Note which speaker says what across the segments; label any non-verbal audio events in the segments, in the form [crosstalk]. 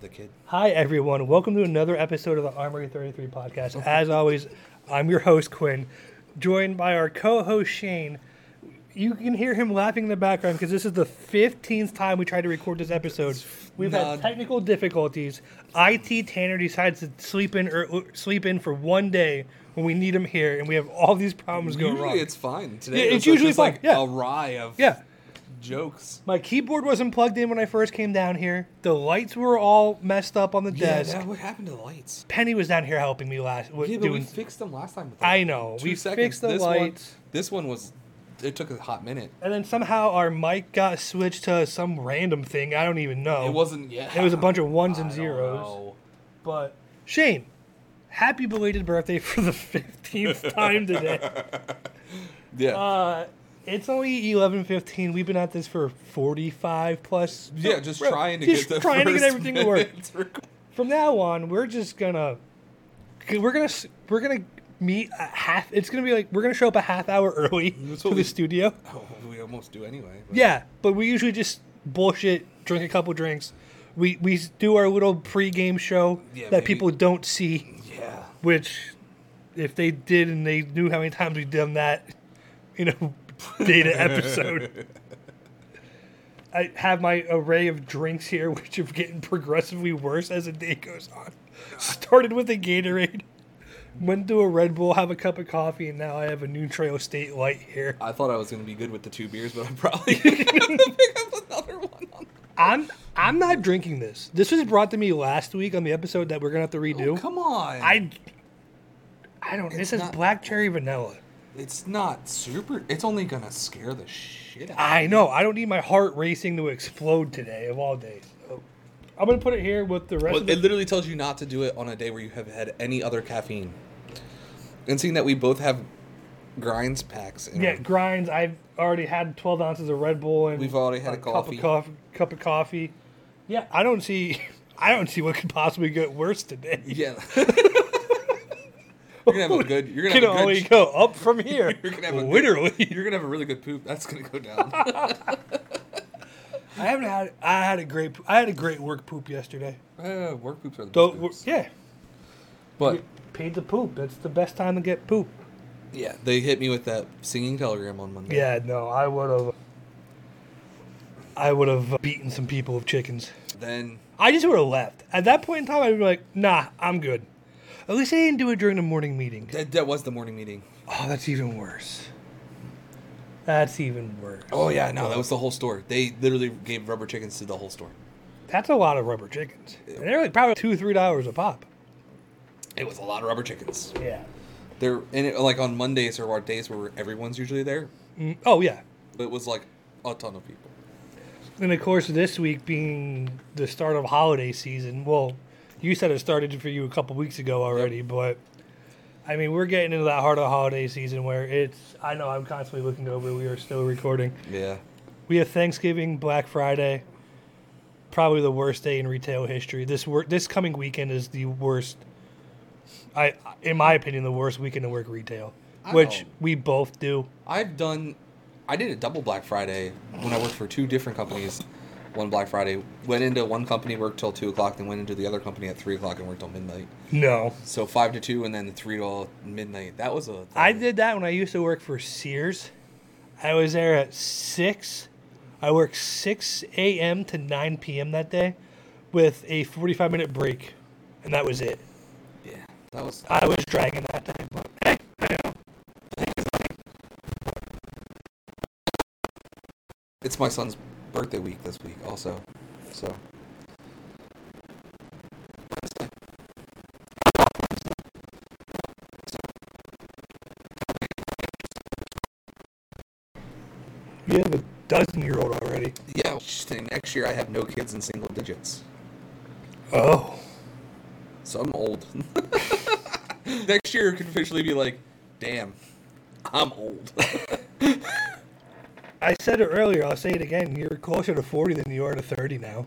Speaker 1: the kid.
Speaker 2: Hi, everyone. Welcome to another episode of the Armory 33 podcast. As always, I'm your host, Quinn, joined by our co host, Shane. You can hear him laughing in the background because this is the 15th time we tried to record this episode. We've
Speaker 1: No.
Speaker 2: had technical difficulties. IT Tanner decides to sleep in or, or sleep in for one day when we need him here, and we have all these problems going
Speaker 1: usually
Speaker 2: wrong.
Speaker 1: it's fine. Today
Speaker 2: Yeah,
Speaker 1: it
Speaker 2: it's
Speaker 1: was
Speaker 2: usually
Speaker 1: just
Speaker 2: fine,
Speaker 1: like
Speaker 2: yeah.
Speaker 1: a rye of
Speaker 2: yeah.
Speaker 1: jokes.
Speaker 2: My keyboard wasn't plugged in when I first came down here. The lights were all messed up on the
Speaker 1: Yeah,
Speaker 2: desk.
Speaker 1: that- what happened to the lights?
Speaker 2: Penny was down here helping me last. w-
Speaker 1: Yeah, but we
Speaker 2: doing
Speaker 1: fixed them last time. With
Speaker 2: I
Speaker 1: like
Speaker 2: know.
Speaker 1: two
Speaker 2: We
Speaker 1: seconds.
Speaker 2: fixed the
Speaker 1: this
Speaker 2: lights.
Speaker 1: One, this one was. It took a hot minute.
Speaker 2: And then somehow our mic got switched to some random thing. I don't even know.
Speaker 1: It wasn't. Oh. Yeah.
Speaker 2: Oh. It was a bunch of ones
Speaker 1: [laughs] I
Speaker 2: and
Speaker 1: don't
Speaker 2: zeros.
Speaker 1: know.
Speaker 2: But Shane, happy belated birthday for the [laughs] fifteenth
Speaker 1: [laughs]
Speaker 2: time today.
Speaker 1: Yeah.
Speaker 2: Uh, it's only eleven fifteen. We've been at this for forty-five plus.
Speaker 1: yeah, just
Speaker 2: Bro,
Speaker 1: trying to
Speaker 2: just
Speaker 1: get the
Speaker 2: trying to get
Speaker 1: first
Speaker 2: everything to work.
Speaker 1: minute [laughs] through.
Speaker 2: From now on, we're just gonna we're gonna s- we're gonna meet a half. It's gonna be like we're gonna show up a half hour early
Speaker 1: That's
Speaker 2: to
Speaker 1: what
Speaker 2: the
Speaker 1: we-
Speaker 2: studio.
Speaker 1: Oh, we almost do anyway. but-
Speaker 2: Yeah, but we usually just bullshit, drink a couple drinks. We we do our little pregame show
Speaker 1: Yeah,
Speaker 2: that
Speaker 1: maybe-
Speaker 2: people don't see,
Speaker 1: Yeah.
Speaker 2: which if they did and they knew how many times we've done that in
Speaker 1: [laughs]
Speaker 2: a data episode. I have my array of drinks here, [laughs] which are getting progressively worse as the day goes on. Started with a Gatorade, went to a Red Bull, have a cup of coffee, and now I have a new Trail State Light here.
Speaker 1: I thought I was going to be good with the two beers, but I'm
Speaker 2: [laughs]
Speaker 1: probably going to pick up another one. On
Speaker 2: I'm I'm not drinking this. This was brought to me last week on the episode that we're gonna have to redo.
Speaker 1: Oh, Come on.
Speaker 2: I I don't. This
Speaker 1: It's
Speaker 2: is
Speaker 1: not-
Speaker 2: black cherry vanilla.
Speaker 1: It's not super. It's only gonna scare the shit out.
Speaker 2: I know. I don't need my heart racing to explode today of all days. So, I'm gonna put it here with the rest.
Speaker 1: Well,
Speaker 2: of
Speaker 1: it
Speaker 2: the,
Speaker 1: literally tells you not to do it on a day where you have had any other caffeine. And seeing that we both have grinds packs, in
Speaker 2: yeah,
Speaker 1: our- [laughs]
Speaker 2: grinds. I've already had 12 ounces of Red Bull and
Speaker 1: We've already had a coffee.
Speaker 2: Cup of coffee. Cup of coffee. Yeah, I don't see. [laughs] I don't see what could possibly get worse today.
Speaker 1: yeah. you're gonna have a good. You're
Speaker 2: Can
Speaker 1: gonna have a [laughs]
Speaker 2: only
Speaker 1: good.
Speaker 2: go up from here.
Speaker 1: You're gonna have a good-
Speaker 2: literally.
Speaker 1: You're gonna have a really good poop. That's gonna go
Speaker 2: [laughs]
Speaker 1: down.
Speaker 2: I haven't had. I had a great. I had a great work poop yesterday.
Speaker 1: uh, work poops are the
Speaker 2: So
Speaker 1: best.
Speaker 2: w-
Speaker 1: poops.
Speaker 2: yeah,
Speaker 1: But
Speaker 2: paid to poop. That's the best time to get poop.
Speaker 1: yeah, they hit me with that singing telegram on Monday.
Speaker 2: Yeah, no, I would have. I would have beaten some people with chickens.
Speaker 1: Then
Speaker 2: I just would have left. At that point in time, I'd be like, "Nah, I'm good." At least I didn't do it during the morning meeting.
Speaker 1: that, that was the morning meeting.
Speaker 2: Oh, that's even worse. That's even worse.
Speaker 1: Oh yeah, no, that was the whole store. They literally gave rubber chickens to the whole store.
Speaker 2: That's a lot of rubber chickens. And they're like probably two, three dollars a pop.
Speaker 1: It was a lot of rubber chickens.
Speaker 2: Yeah.
Speaker 1: There and it, like on Mondays or our days where everyone's usually there,
Speaker 2: Mm, oh yeah.
Speaker 1: it was like a ton of people.
Speaker 2: And of course, this week being the start of holiday season, well, you said it started for you a couple weeks ago already, but I mean, we're getting into that heart of holiday season where it's, I know I'm constantly looking over, we are still recording.
Speaker 1: Yeah.
Speaker 2: We have Thanksgiving, Black Friday, probably the worst day in retail history. This wor- this coming weekend is the worst, I in my opinion, the worst weekend to work retail,
Speaker 1: I
Speaker 2: which
Speaker 1: don't-
Speaker 2: we both do.
Speaker 1: I've done I did a double Black Friday when I worked for two different companies. One Black Friday went into one company, worked till two o'clock, then went into the other company at three o'clock and worked till midnight.
Speaker 2: No.
Speaker 1: So five to two, and then three till midnight. That was a.
Speaker 2: I did that when I used to work for Sears. I was there at six. I worked six a.m. to nine p.m. that day, with a forty-five minute break, and that was it.
Speaker 1: Yeah, that was.
Speaker 2: I was dragging that day, but hey, you know,
Speaker 1: It's my son's birthday week this week, also. So
Speaker 2: you have a dozen-year-old already.
Speaker 1: yeah, interesting. next year I have no kids in single digits,
Speaker 2: Oh,
Speaker 1: so I'm old. [laughs] next year could officially be like, damn, I'm old. [laughs]
Speaker 2: I said it earlier. I'll say it again. You're closer to forty than you are to thirty now.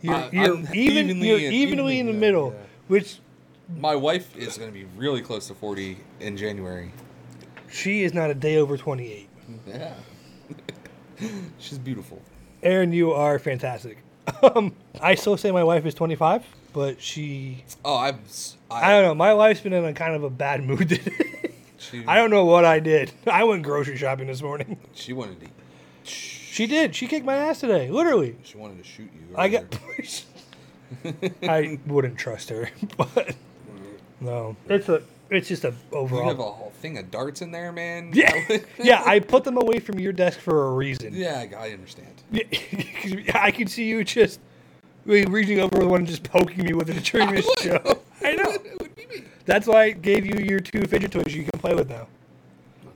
Speaker 2: You're,
Speaker 1: I- Uh,
Speaker 2: you're
Speaker 1: I'm
Speaker 2: even.
Speaker 1: evenly
Speaker 2: you're
Speaker 1: in-
Speaker 2: evenly,
Speaker 1: evenly
Speaker 2: in the
Speaker 1: in,
Speaker 2: middle,
Speaker 1: yeah.
Speaker 2: which
Speaker 1: my wife is going to be really close to 40 in January.
Speaker 2: she is not a day over twenty-eight.
Speaker 1: Yeah, [laughs] she's beautiful.
Speaker 2: Aaron, you are fantastic. [laughs] Um, I still say my wife is 25, but she.
Speaker 1: Oh, I'm.
Speaker 2: I don't know. My wife's been in a kind of a bad mood [laughs] today. I don't know what I did. [laughs] I went grocery shopping this morning. [laughs]
Speaker 1: She wanted to.
Speaker 2: She did. She kicked my ass today, literally.
Speaker 1: She wanted to shoot you.
Speaker 2: I got
Speaker 1: earlier.
Speaker 2: pushed. [laughs] I wouldn't trust her, [laughs] but no, it's a it's just a
Speaker 1: You have a
Speaker 2: overall.
Speaker 1: whole thing of darts in there, man.
Speaker 2: [laughs] Yeah, yeah. I put them away from your desk for a reason.
Speaker 1: yeah, I- I understand.
Speaker 2: Yeah, 'cause [laughs] I could see you just really reaching over with one and just poking me with it during this show. [laughs] I know.
Speaker 1: It would be me.
Speaker 2: That's why I gave you your two fidget toys you can play with now.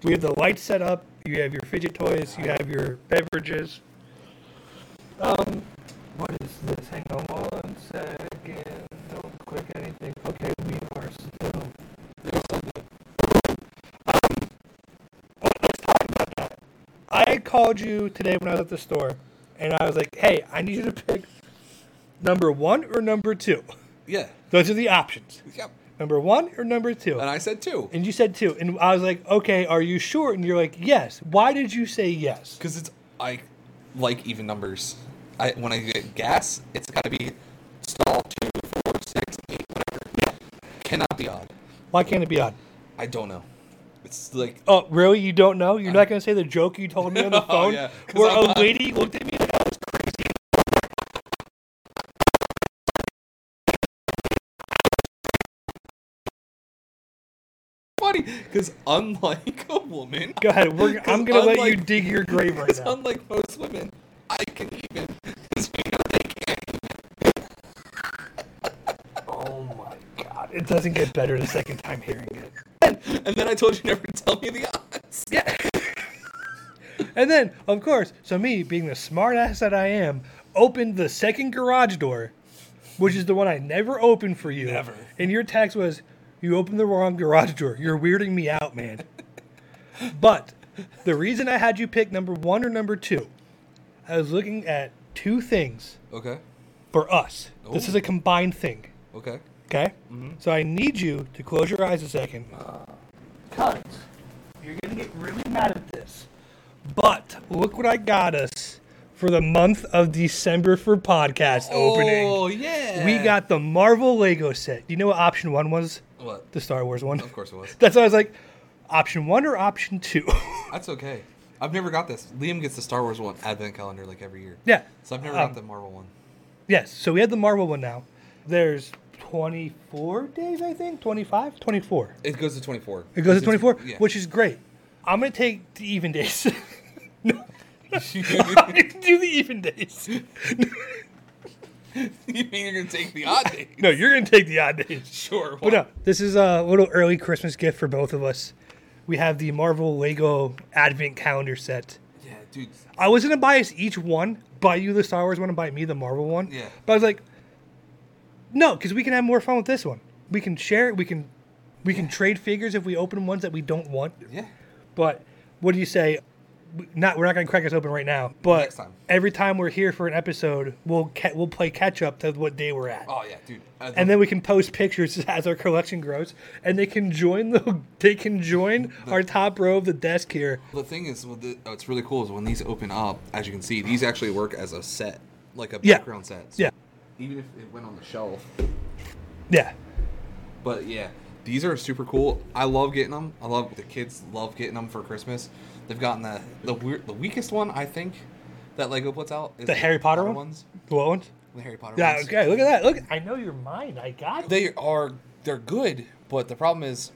Speaker 2: We have the lights set up. You have your fidget toys. You have your beverages. Um, what is this? Hang on one second. Don't click anything. Okay, we are still. Um, well, let's talk about that. I called you today when I was at the store, and I was like, "Hey, I need you to pick number one or number two. [laughs]
Speaker 1: Yeah.
Speaker 2: Those are the options."
Speaker 1: Yep.
Speaker 2: number one or number two?
Speaker 1: And I said two.
Speaker 2: And you said two. And I was like, okay, are you sure? And you're like, yes. Why did you say yes?
Speaker 1: Because it's I like even numbers. I when I get gas, it's got to be stall two, four, six, eight, whatever. Cannot be odd.
Speaker 2: Why can't it be odd?
Speaker 1: I don't know. It's like
Speaker 2: Oh, really? You don't know? You're not going to say the joke you told me on
Speaker 1: [laughs]
Speaker 2: the
Speaker 1: Oh,
Speaker 2: phone?
Speaker 1: yeah, 'cause
Speaker 2: where
Speaker 1: I'm
Speaker 2: a
Speaker 1: not-
Speaker 2: lady looked at me like I was crazy.
Speaker 1: funny because unlike a woman,
Speaker 2: Go ahead. We're,
Speaker 1: 'Cause
Speaker 2: I'm going to let you
Speaker 1: unlike-
Speaker 2: dig your
Speaker 1: [laughs]
Speaker 2: grave right
Speaker 1: because
Speaker 2: now.
Speaker 1: unlike most women, I can even. Because we know they can't.
Speaker 2: oh, my God. It doesn't get better the second time hearing it.
Speaker 1: And then I told you never to tell me the odds. Yeah.
Speaker 2: [laughs] And then, of course, so me, being the smart ass that I am, opened the second garage door, which is the one I never opened for you.
Speaker 1: Never.
Speaker 2: And your text was, You opened the wrong garage door. You're weirding me out, man. [laughs] but the reason I had you pick number one or number two, I was looking at two things
Speaker 1: Okay.
Speaker 2: for us. This is
Speaker 1: Ooh.
Speaker 2: a combined thing.
Speaker 1: Okay.
Speaker 2: Okay?
Speaker 1: Mm-hmm.
Speaker 2: So I need you to close your eyes a second. Because you're going to get really mad at this. But look what I got us for the month of December for podcast opening.
Speaker 1: Oh yeah.
Speaker 2: We got the Marvel Lego set. Do you know what option one was?
Speaker 1: what?
Speaker 2: The Star Wars one.
Speaker 1: Of course it was.
Speaker 2: [laughs] That's why I was like, option one or option two? [laughs]
Speaker 1: That's okay. I've never got this. Liam gets the Star Wars one advent calendar like every year.
Speaker 2: yeah.
Speaker 1: So I've never
Speaker 2: Um,
Speaker 1: got the Marvel one.
Speaker 2: Yes. So we had the Marvel one now. There's 24 days, I think. 25? 24.
Speaker 1: It goes to 24.
Speaker 2: It goes to 24,
Speaker 1: Yeah. [laughs]
Speaker 2: which is great. I'm going to take the even days. [laughs] no,
Speaker 1: you
Speaker 2: I'm [laughs] going to do the even days.
Speaker 1: mean you're gonna take the odd day?
Speaker 2: [laughs] No, you're going to take the odd days.
Speaker 1: Sure.
Speaker 2: But no, this is a little early Christmas gift for both of us. We have the Marvel Lego Advent Calendar set.
Speaker 1: Yeah, dude.
Speaker 2: I was going to buy us each one, buy you the Star Wars one and buy me the Marvel one.
Speaker 1: Yeah.
Speaker 2: But I was like, no, because we can have more fun with this one. We can share it. We can, we can trade figures if we open ones that we don't want.
Speaker 1: Yeah.
Speaker 2: But what do you say? we- Not we're not going to crack this open right now, but
Speaker 1: Next time.
Speaker 2: every time we're here for an episode, we'll ca- we'll play catch up to what day we're at,
Speaker 1: Oh yeah, dude. I
Speaker 2: and
Speaker 1: love-
Speaker 2: then we can post pictures [laughs] as our collection grows, and they can join the they can join our top row of the desk here.
Speaker 1: the thing is, with the, what's really cool is when these open up, as you can see, these actually work as a set, like a
Speaker 2: Yeah.
Speaker 1: background set. So
Speaker 2: Yeah,
Speaker 1: Even if it went on the shelf.
Speaker 2: yeah,
Speaker 1: But yeah, these are super cool. I love getting them. I love the kids love getting them for Christmas. They've gotten the the weird, the weakest one I think that Lego puts out is
Speaker 2: the Harry Potter one?
Speaker 1: ones.
Speaker 2: What one?
Speaker 1: The Harry Potter
Speaker 2: Yeah,
Speaker 1: ones.
Speaker 2: okay. Look at that. Look, I know your mind. I got
Speaker 1: They are they're good, but the problem is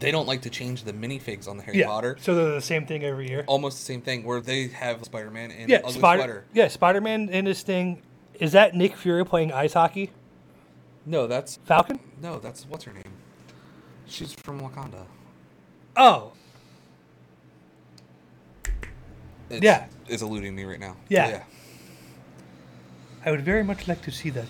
Speaker 1: they don't like to change the minifigs on the Harry
Speaker 2: yeah.
Speaker 1: Potter.
Speaker 2: So they're the same thing every year.
Speaker 1: Almost the same thing where they have Spider Man and
Speaker 2: yeah,
Speaker 1: ugly
Speaker 2: Spider.
Speaker 1: sweater.
Speaker 2: Yeah, Spider Man in this thing. Is that Nick Fury playing ice hockey?
Speaker 1: No, that's
Speaker 2: Falcon?
Speaker 1: no, that's what's her name. She's from Wakanda.
Speaker 2: Oh,
Speaker 1: It's,
Speaker 2: Yeah.
Speaker 1: it's eluding me right now.
Speaker 2: Yeah. I would very much like to see that.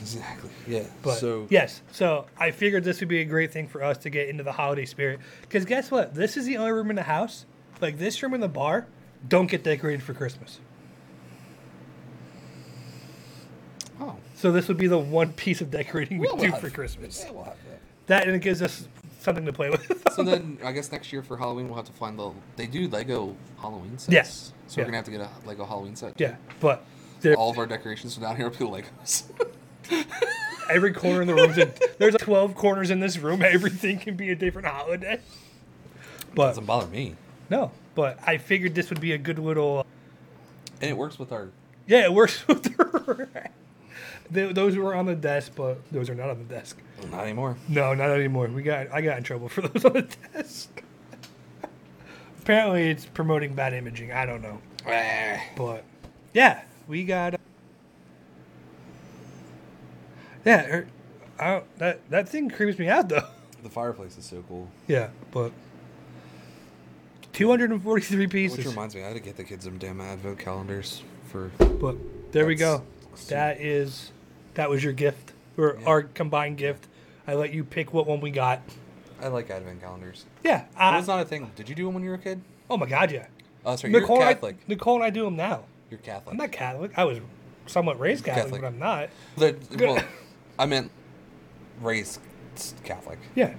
Speaker 1: exactly. Yeah.
Speaker 2: But
Speaker 1: so
Speaker 2: yes, so I figured this would be a great thing for us to get into the holiday spirit. Because guess what? This is the only room in the house. Like this room and the bar don't get decorated for Christmas.
Speaker 1: oh,
Speaker 2: So this would be the one piece of decorating we
Speaker 1: we'll
Speaker 2: do
Speaker 1: have-
Speaker 2: for Christmas.
Speaker 1: yeah, we'll have that.
Speaker 2: That and it gives us something to play with. [laughs]
Speaker 1: so then I guess next year for Halloween we'll have to find the they do Lego Halloween sets.
Speaker 2: Yes.
Speaker 1: So
Speaker 2: Yeah.
Speaker 1: we're gonna have to get a Lego Halloween set.
Speaker 2: yeah, but There-
Speaker 1: All of our decorations are down here with Legos.
Speaker 2: Every corner in the room, there's 12 corners in this room. [laughs] Everything can be a different holiday. But
Speaker 1: Doesn't bother me,
Speaker 2: no, but I figured this would be a good little.
Speaker 1: and it works with our.
Speaker 2: Yeah, it works [laughs] with the. Th- Those were on the desk, but those are not on the desk.
Speaker 1: Not anymore.
Speaker 2: No, not anymore. We got I got in trouble for [laughs] those on the desk. Apparently, it's promoting bad imaging. I don't know,
Speaker 1: Eh.
Speaker 2: but yeah, we got. uh, Yeah, er, I don't, that that thing creeps me out though. [laughs]
Speaker 1: The fireplace is so cool.
Speaker 2: Yeah, but two hundred and forty-three pieces.
Speaker 1: Which reminds me, I had to get the kids some damn advent calendars for.
Speaker 2: But there we
Speaker 1: That's-
Speaker 2: go. That is that was your gift or
Speaker 1: Yeah.
Speaker 2: our combined gift. I let you pick what one we got.
Speaker 1: I like advent calendars.
Speaker 2: Yeah.
Speaker 1: That
Speaker 2: I,
Speaker 1: was not a thing. Did you do them when you were a kid?
Speaker 2: oh my god, yeah.
Speaker 1: Oh, sorry.
Speaker 2: Nicole,
Speaker 1: you're
Speaker 2: and I-
Speaker 1: Catholic.
Speaker 2: Nicole and I do them now.
Speaker 1: you're Catholic.
Speaker 2: I'm not Catholic. I was somewhat raised Catholic,
Speaker 1: Catholic.
Speaker 2: but I'm not.
Speaker 1: The- well, I meant raised Catholic.
Speaker 2: Yeah,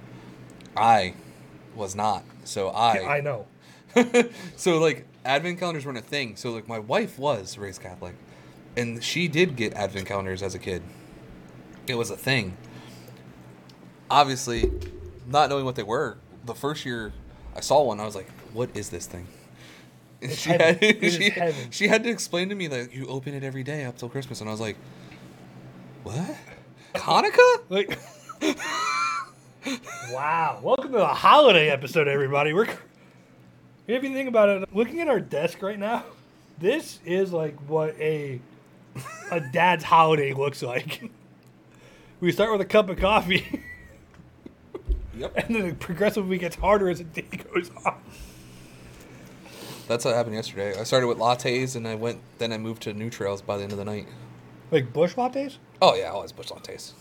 Speaker 1: I was not. So I.
Speaker 2: I know.
Speaker 1: so like advent calendars weren't a thing. So like my wife was raised Catholic, and she did get advent calendars as a kid. It was a thing. Obviously, not knowing what they were, the first year I saw one, I was like, "What is this thing?" [laughs] And she
Speaker 2: heaven.
Speaker 1: had [laughs]
Speaker 2: It is
Speaker 1: she,
Speaker 2: heaven.
Speaker 1: she had to explain to me that you open it every day up till Christmas, and I was like, "What? Hanukkah?"
Speaker 2: [laughs] Like, wow. Welcome to the holiday episode, everybody. We're. If you think about it, looking at our desk right now, this is like what a a dad's holiday looks like. We start with a cup of coffee, [laughs]
Speaker 1: Yep.
Speaker 2: and then it progressively gets harder as the day goes on.
Speaker 1: That's what happened yesterday. I started with lattes, and I went. Then I moved to new trails by the end of the night.
Speaker 2: Like bush lattes.
Speaker 1: Oh yeah, I always push lattes.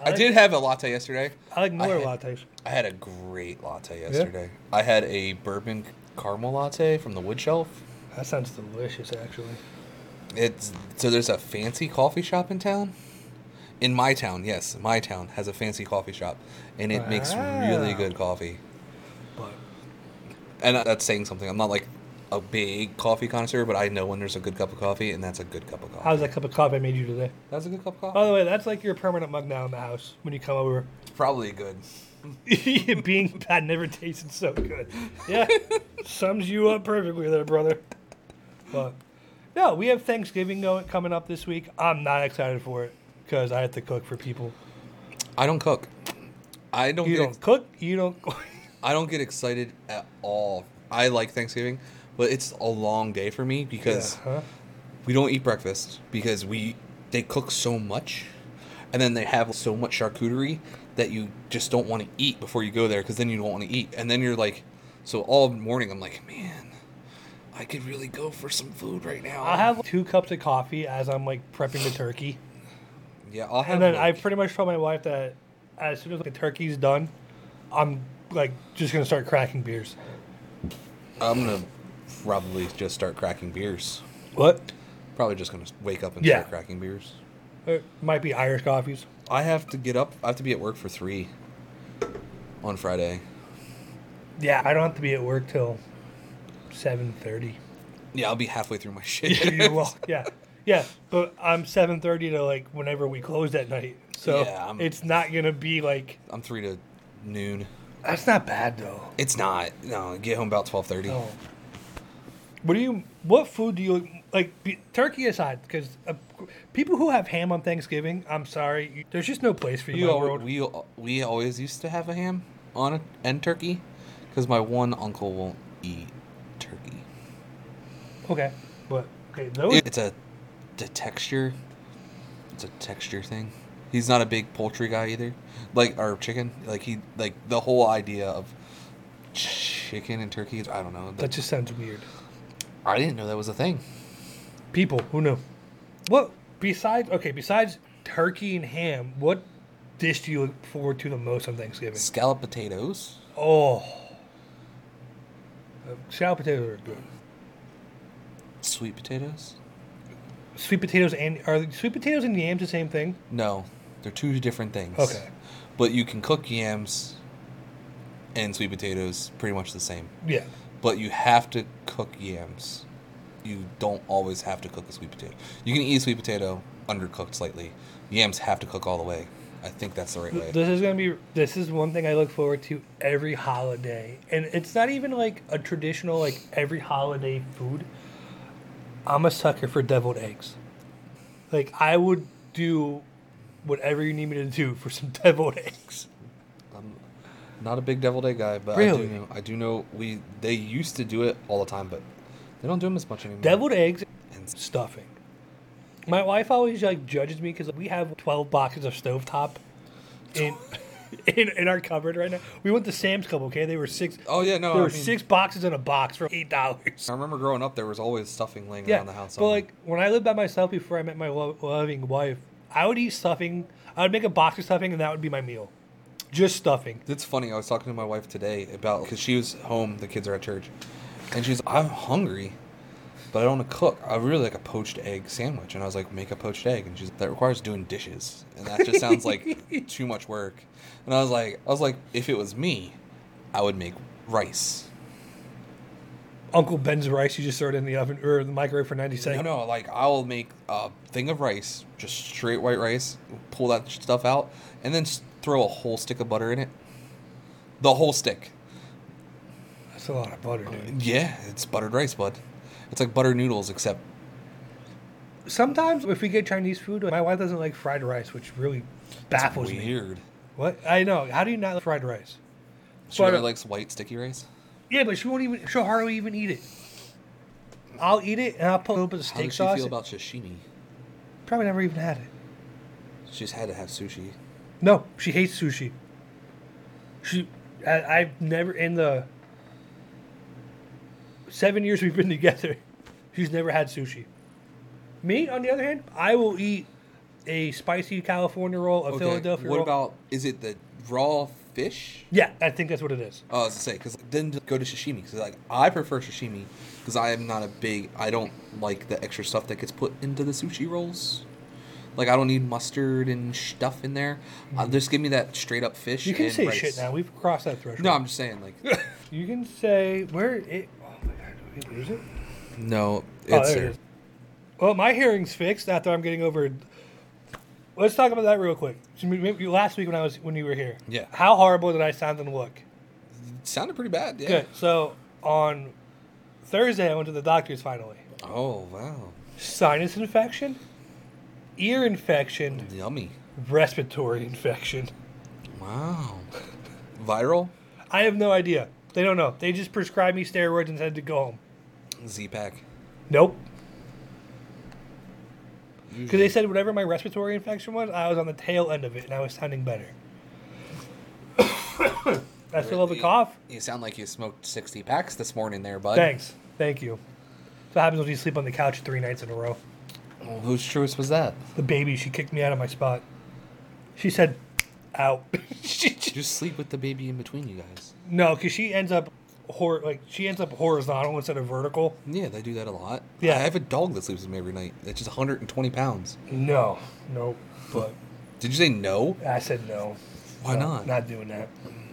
Speaker 1: I,
Speaker 2: like-
Speaker 1: did have a latte yesterday.
Speaker 2: [laughs] I like Miller
Speaker 1: had-
Speaker 2: lattes.
Speaker 1: I had a great latte yesterday. I had a bourbon caramel latte from the wood shelf.
Speaker 2: That sounds delicious, actually.
Speaker 1: It's so there's a fancy coffee shop in town. In my town, yes, my town has a fancy coffee shop, and it makes really
Speaker 2: Wow.
Speaker 1: good coffee.
Speaker 2: But
Speaker 1: And that's saying something. I'm not like a big coffee connoisseur, but I know when there's a good cup of coffee, and that's a good cup of coffee.
Speaker 2: how's that cup of coffee I made you today?
Speaker 1: That's a good cup of coffee.
Speaker 2: By the way, that's like your permanent mug now in the house when you come over.
Speaker 1: Probably good.
Speaker 2: [laughs] Being bad never tasted so good. Yeah, sums you up perfectly there, brother. But no, we have Thanksgiving going, coming up this week. I'm not excited for it because I have to cook for people.
Speaker 1: I don't cook. I don't.
Speaker 2: You
Speaker 1: get
Speaker 2: don't cook. You don't. [laughs]
Speaker 1: I don't get excited at all. I like Thanksgiving, but it's a long day for me because
Speaker 2: Uh-huh.
Speaker 1: we don't eat breakfast because we they cook so much, and then they have so much charcuterie that you just don't want to eat before you go there because then you don't want to eat, and then you're like, so all morning I'm like, man, I could really go for some food right now.
Speaker 2: I'll have two cups of coffee as I'm like prepping the turkey.
Speaker 1: yeah, I'll have
Speaker 2: And then I
Speaker 1: like,
Speaker 2: pretty much told my wife that as soon as the turkey's done, I'm like just gonna start cracking beers.
Speaker 1: I'm gonna probably just start cracking beers.
Speaker 2: What?
Speaker 1: Probably just gonna wake up and
Speaker 2: Yeah.
Speaker 1: start cracking beers.
Speaker 2: It might be Irish coffees.
Speaker 1: I have to get up. I have to be at work for three on Friday.
Speaker 2: Yeah, I don't have to be at work till seven [laughs] thirty.
Speaker 1: Yeah, I'll be halfway through my [laughs] shit.
Speaker 2: yeah, yeah, but I'm seven thirty to like whenever we close that night. So
Speaker 1: Yeah, I'm-
Speaker 2: it's not gonna be like
Speaker 1: I'm three to noon.
Speaker 2: that's not bad though.
Speaker 1: It's not. No, I get home about twelve thirty.
Speaker 2: No. What do you? What food do you like? Be, turkey aside, because uh, people who have ham on Thanksgiving, I'm sorry, you, there's just no place for you
Speaker 1: You
Speaker 2: in the
Speaker 1: al-
Speaker 2: world.
Speaker 1: we al- we always used to have a ham on a, and turkey because my one uncle won't eat turkey.
Speaker 2: okay, but okay, those
Speaker 1: It- It's a the texture. It's a texture thing. He's not a big poultry guy either, like or chicken. Like he like the whole idea of chicken and turkey. I don't know.
Speaker 2: that just sounds weird.
Speaker 1: I didn't know that was a thing.
Speaker 2: People who knew. What besides okay besides turkey and ham, what dish do you look forward to the most on Thanksgiving?
Speaker 1: Scallop potatoes.
Speaker 2: Oh, Uh, scalloped potatoes are good.
Speaker 1: Sweet potatoes?
Speaker 2: Sweet potatoes and are sweet potatoes and yams the same thing?
Speaker 1: No, they're two different things.
Speaker 2: Okay.
Speaker 1: But you can cook yams and sweet potatoes pretty much the same.
Speaker 2: Yeah,
Speaker 1: But you have to cook yams. you don't always have to cook a sweet potato. You can eat a sweet potato undercooked slightly. Yams have to cook all the way. I think that's the right way.
Speaker 2: This is gonna be. This is one thing I look forward to every holiday, and it's not even like a traditional like every holiday food. I'm a sucker for deviled eggs. Like I would do whatever you need me to do for some [laughs] deviled eggs.
Speaker 1: Not a big deviled egg guy, but I
Speaker 2: Really?
Speaker 1: do know I do know we they used to do it all the time, but they don't do them as much anymore.
Speaker 2: Deviled eggs
Speaker 1: and
Speaker 2: stuffing. My wife always like judges me because we have twelve boxes of stovetop in, [laughs] in in our cupboard right now. We went to Sam's Club, okay? They were six.
Speaker 1: Oh, yeah, no,
Speaker 2: There
Speaker 1: I
Speaker 2: were
Speaker 1: mean-
Speaker 2: six boxes in a box for eight dollars.
Speaker 1: I remember growing up there was always stuffing laying
Speaker 2: Yeah,
Speaker 1: around the house.
Speaker 2: but
Speaker 1: somewhere.
Speaker 2: like when I lived by myself before I met my lo- loving wife, I would eat stuffing. I would make a box of stuffing, and that would be my meal, just stuffing.
Speaker 1: It's funny. I was talking to my wife today about because she was home. The kids are at church, and she's I'm hungry, but I don't want to cook. I really like a poached egg sandwich, and I was like, make a poached egg, and she's that requires doing dishes, and that just sounds
Speaker 2: [laughs]
Speaker 1: like too much work. And I was like, I was like, if it was me, I would make rice.
Speaker 2: Uncle Ben's rice you just throw it in the oven or the microwave for ninety
Speaker 1: No,
Speaker 2: seconds.
Speaker 1: no, like I'll make a thing of rice, just straight white rice, pull that stuff out, and then s- throw a whole stick of butter in it. The whole stick.
Speaker 2: That's a lot of butter, dude.
Speaker 1: Yeah, it's buttered rice, bud. It's like butter noodles, except
Speaker 2: Sometimes if we get Chinese food, my wife doesn't like fried rice, which really baffles me.
Speaker 1: weird.
Speaker 2: What? I know. How do you not like fried rice?
Speaker 1: She
Speaker 2: But,
Speaker 1: really
Speaker 2: uh,
Speaker 1: likes white sticky rice.
Speaker 2: Yeah, but she won't even. She'll hardly even eat it. I'll eat it and I'll put a little bit of
Speaker 1: How
Speaker 2: steak
Speaker 1: does she
Speaker 2: sauce.
Speaker 1: feel about sashimi?
Speaker 2: Probably never even had it.
Speaker 1: She's had to have sushi.
Speaker 2: No, she hates sushi. She, I, I've never in the seven years we've been [laughs] together, she's never had sushi. Me, on the other hand, I will eat a spicy California roll, a Philadelphia
Speaker 1: What
Speaker 2: roll.
Speaker 1: about? Is it the raw fish?
Speaker 2: Yeah, I think that's what it is.
Speaker 1: Oh, I was to say because then to go to sashimi because like I prefer sashimi because I am not a big. I don't like the extra stuff that gets put into the sushi rolls. Like I don't need mustard and stuff in there. Uh, just give me that straight up fish.
Speaker 2: Mm-hmm. You can
Speaker 1: and
Speaker 2: say
Speaker 1: rice.
Speaker 2: shit now. We've crossed that threshold.
Speaker 1: No, I'm just saying
Speaker 2: [laughs]
Speaker 1: like
Speaker 2: You can say where it. Oh my god, did we lose it?
Speaker 1: no.
Speaker 2: Oh,
Speaker 1: It's
Speaker 2: there it is. Well, my hearing's fixed after I'm getting over. Let's talk about that real quick. So, m- m- Last week when I was when you were here,
Speaker 1: Yeah.
Speaker 2: how horrible did I sound and look?
Speaker 1: it sounded pretty bad. Yeah.
Speaker 2: Good. So on Thursday, I went to the doctor's finally.
Speaker 1: Oh wow,
Speaker 2: Sinus infection, ear infection,
Speaker 1: yummy!
Speaker 2: respiratory infection.
Speaker 1: Wow, viral
Speaker 2: I have no idea. They don't know. They just prescribed me steroids and said to go home.
Speaker 1: Z pack.
Speaker 2: Nope. Because they said whatever my respiratory infection was, I was on the tail end of it and I was sounding better. [coughs] I still have a cough.
Speaker 1: You sound like you smoked sixty packs this morning, there, bud.
Speaker 2: Thanks. Thank you. So what happens when you sleep on the couch three nights in a row.
Speaker 1: Well, whose choice was that?
Speaker 2: The baby, she kicked me out of my spot. She said, out. [laughs] she, she-
Speaker 1: Just sleep with the baby in between you guys.
Speaker 2: no, because she ends up hor- like she ends up horizontal instead of vertical.
Speaker 1: Yeah, they do that a lot.
Speaker 2: Yeah.
Speaker 1: I have a dog that sleeps with me every night. It's just 120 pounds.
Speaker 2: No, no. But
Speaker 1: Did you say no?
Speaker 2: I said no.
Speaker 1: Why
Speaker 2: No,
Speaker 1: not? Mm, ah.
Speaker 2: Not doing that.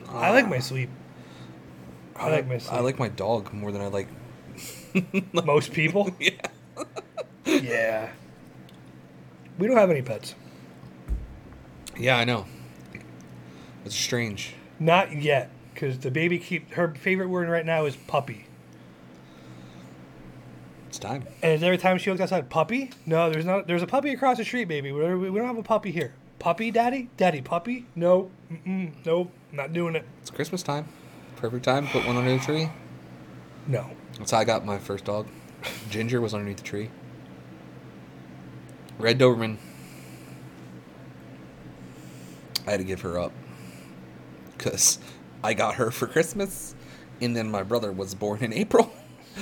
Speaker 2: I like my sleep. I like my sleep.
Speaker 1: I like my dog more than I like.
Speaker 2: Most people? yeah. yeah. We don't have any pets.
Speaker 1: Yeah, I know. It's strange.
Speaker 2: Not yet, because the baby keep her favorite word right now is puppy.
Speaker 1: It's time.
Speaker 2: And every time she looks outside, puppy? No, there's not. There's a puppy across the street, baby. We we don't have a puppy here. Puppy, daddy, daddy, puppy? No, mm-mm, nope, not doing it.
Speaker 1: It's Christmas time. Perfect time. Put one under the tree.
Speaker 2: No.
Speaker 1: That's how I got my first dog. Ginger was underneath the tree. Red Doberman. I had to give her up. Because I got her for Christmas, and then my brother was born in April.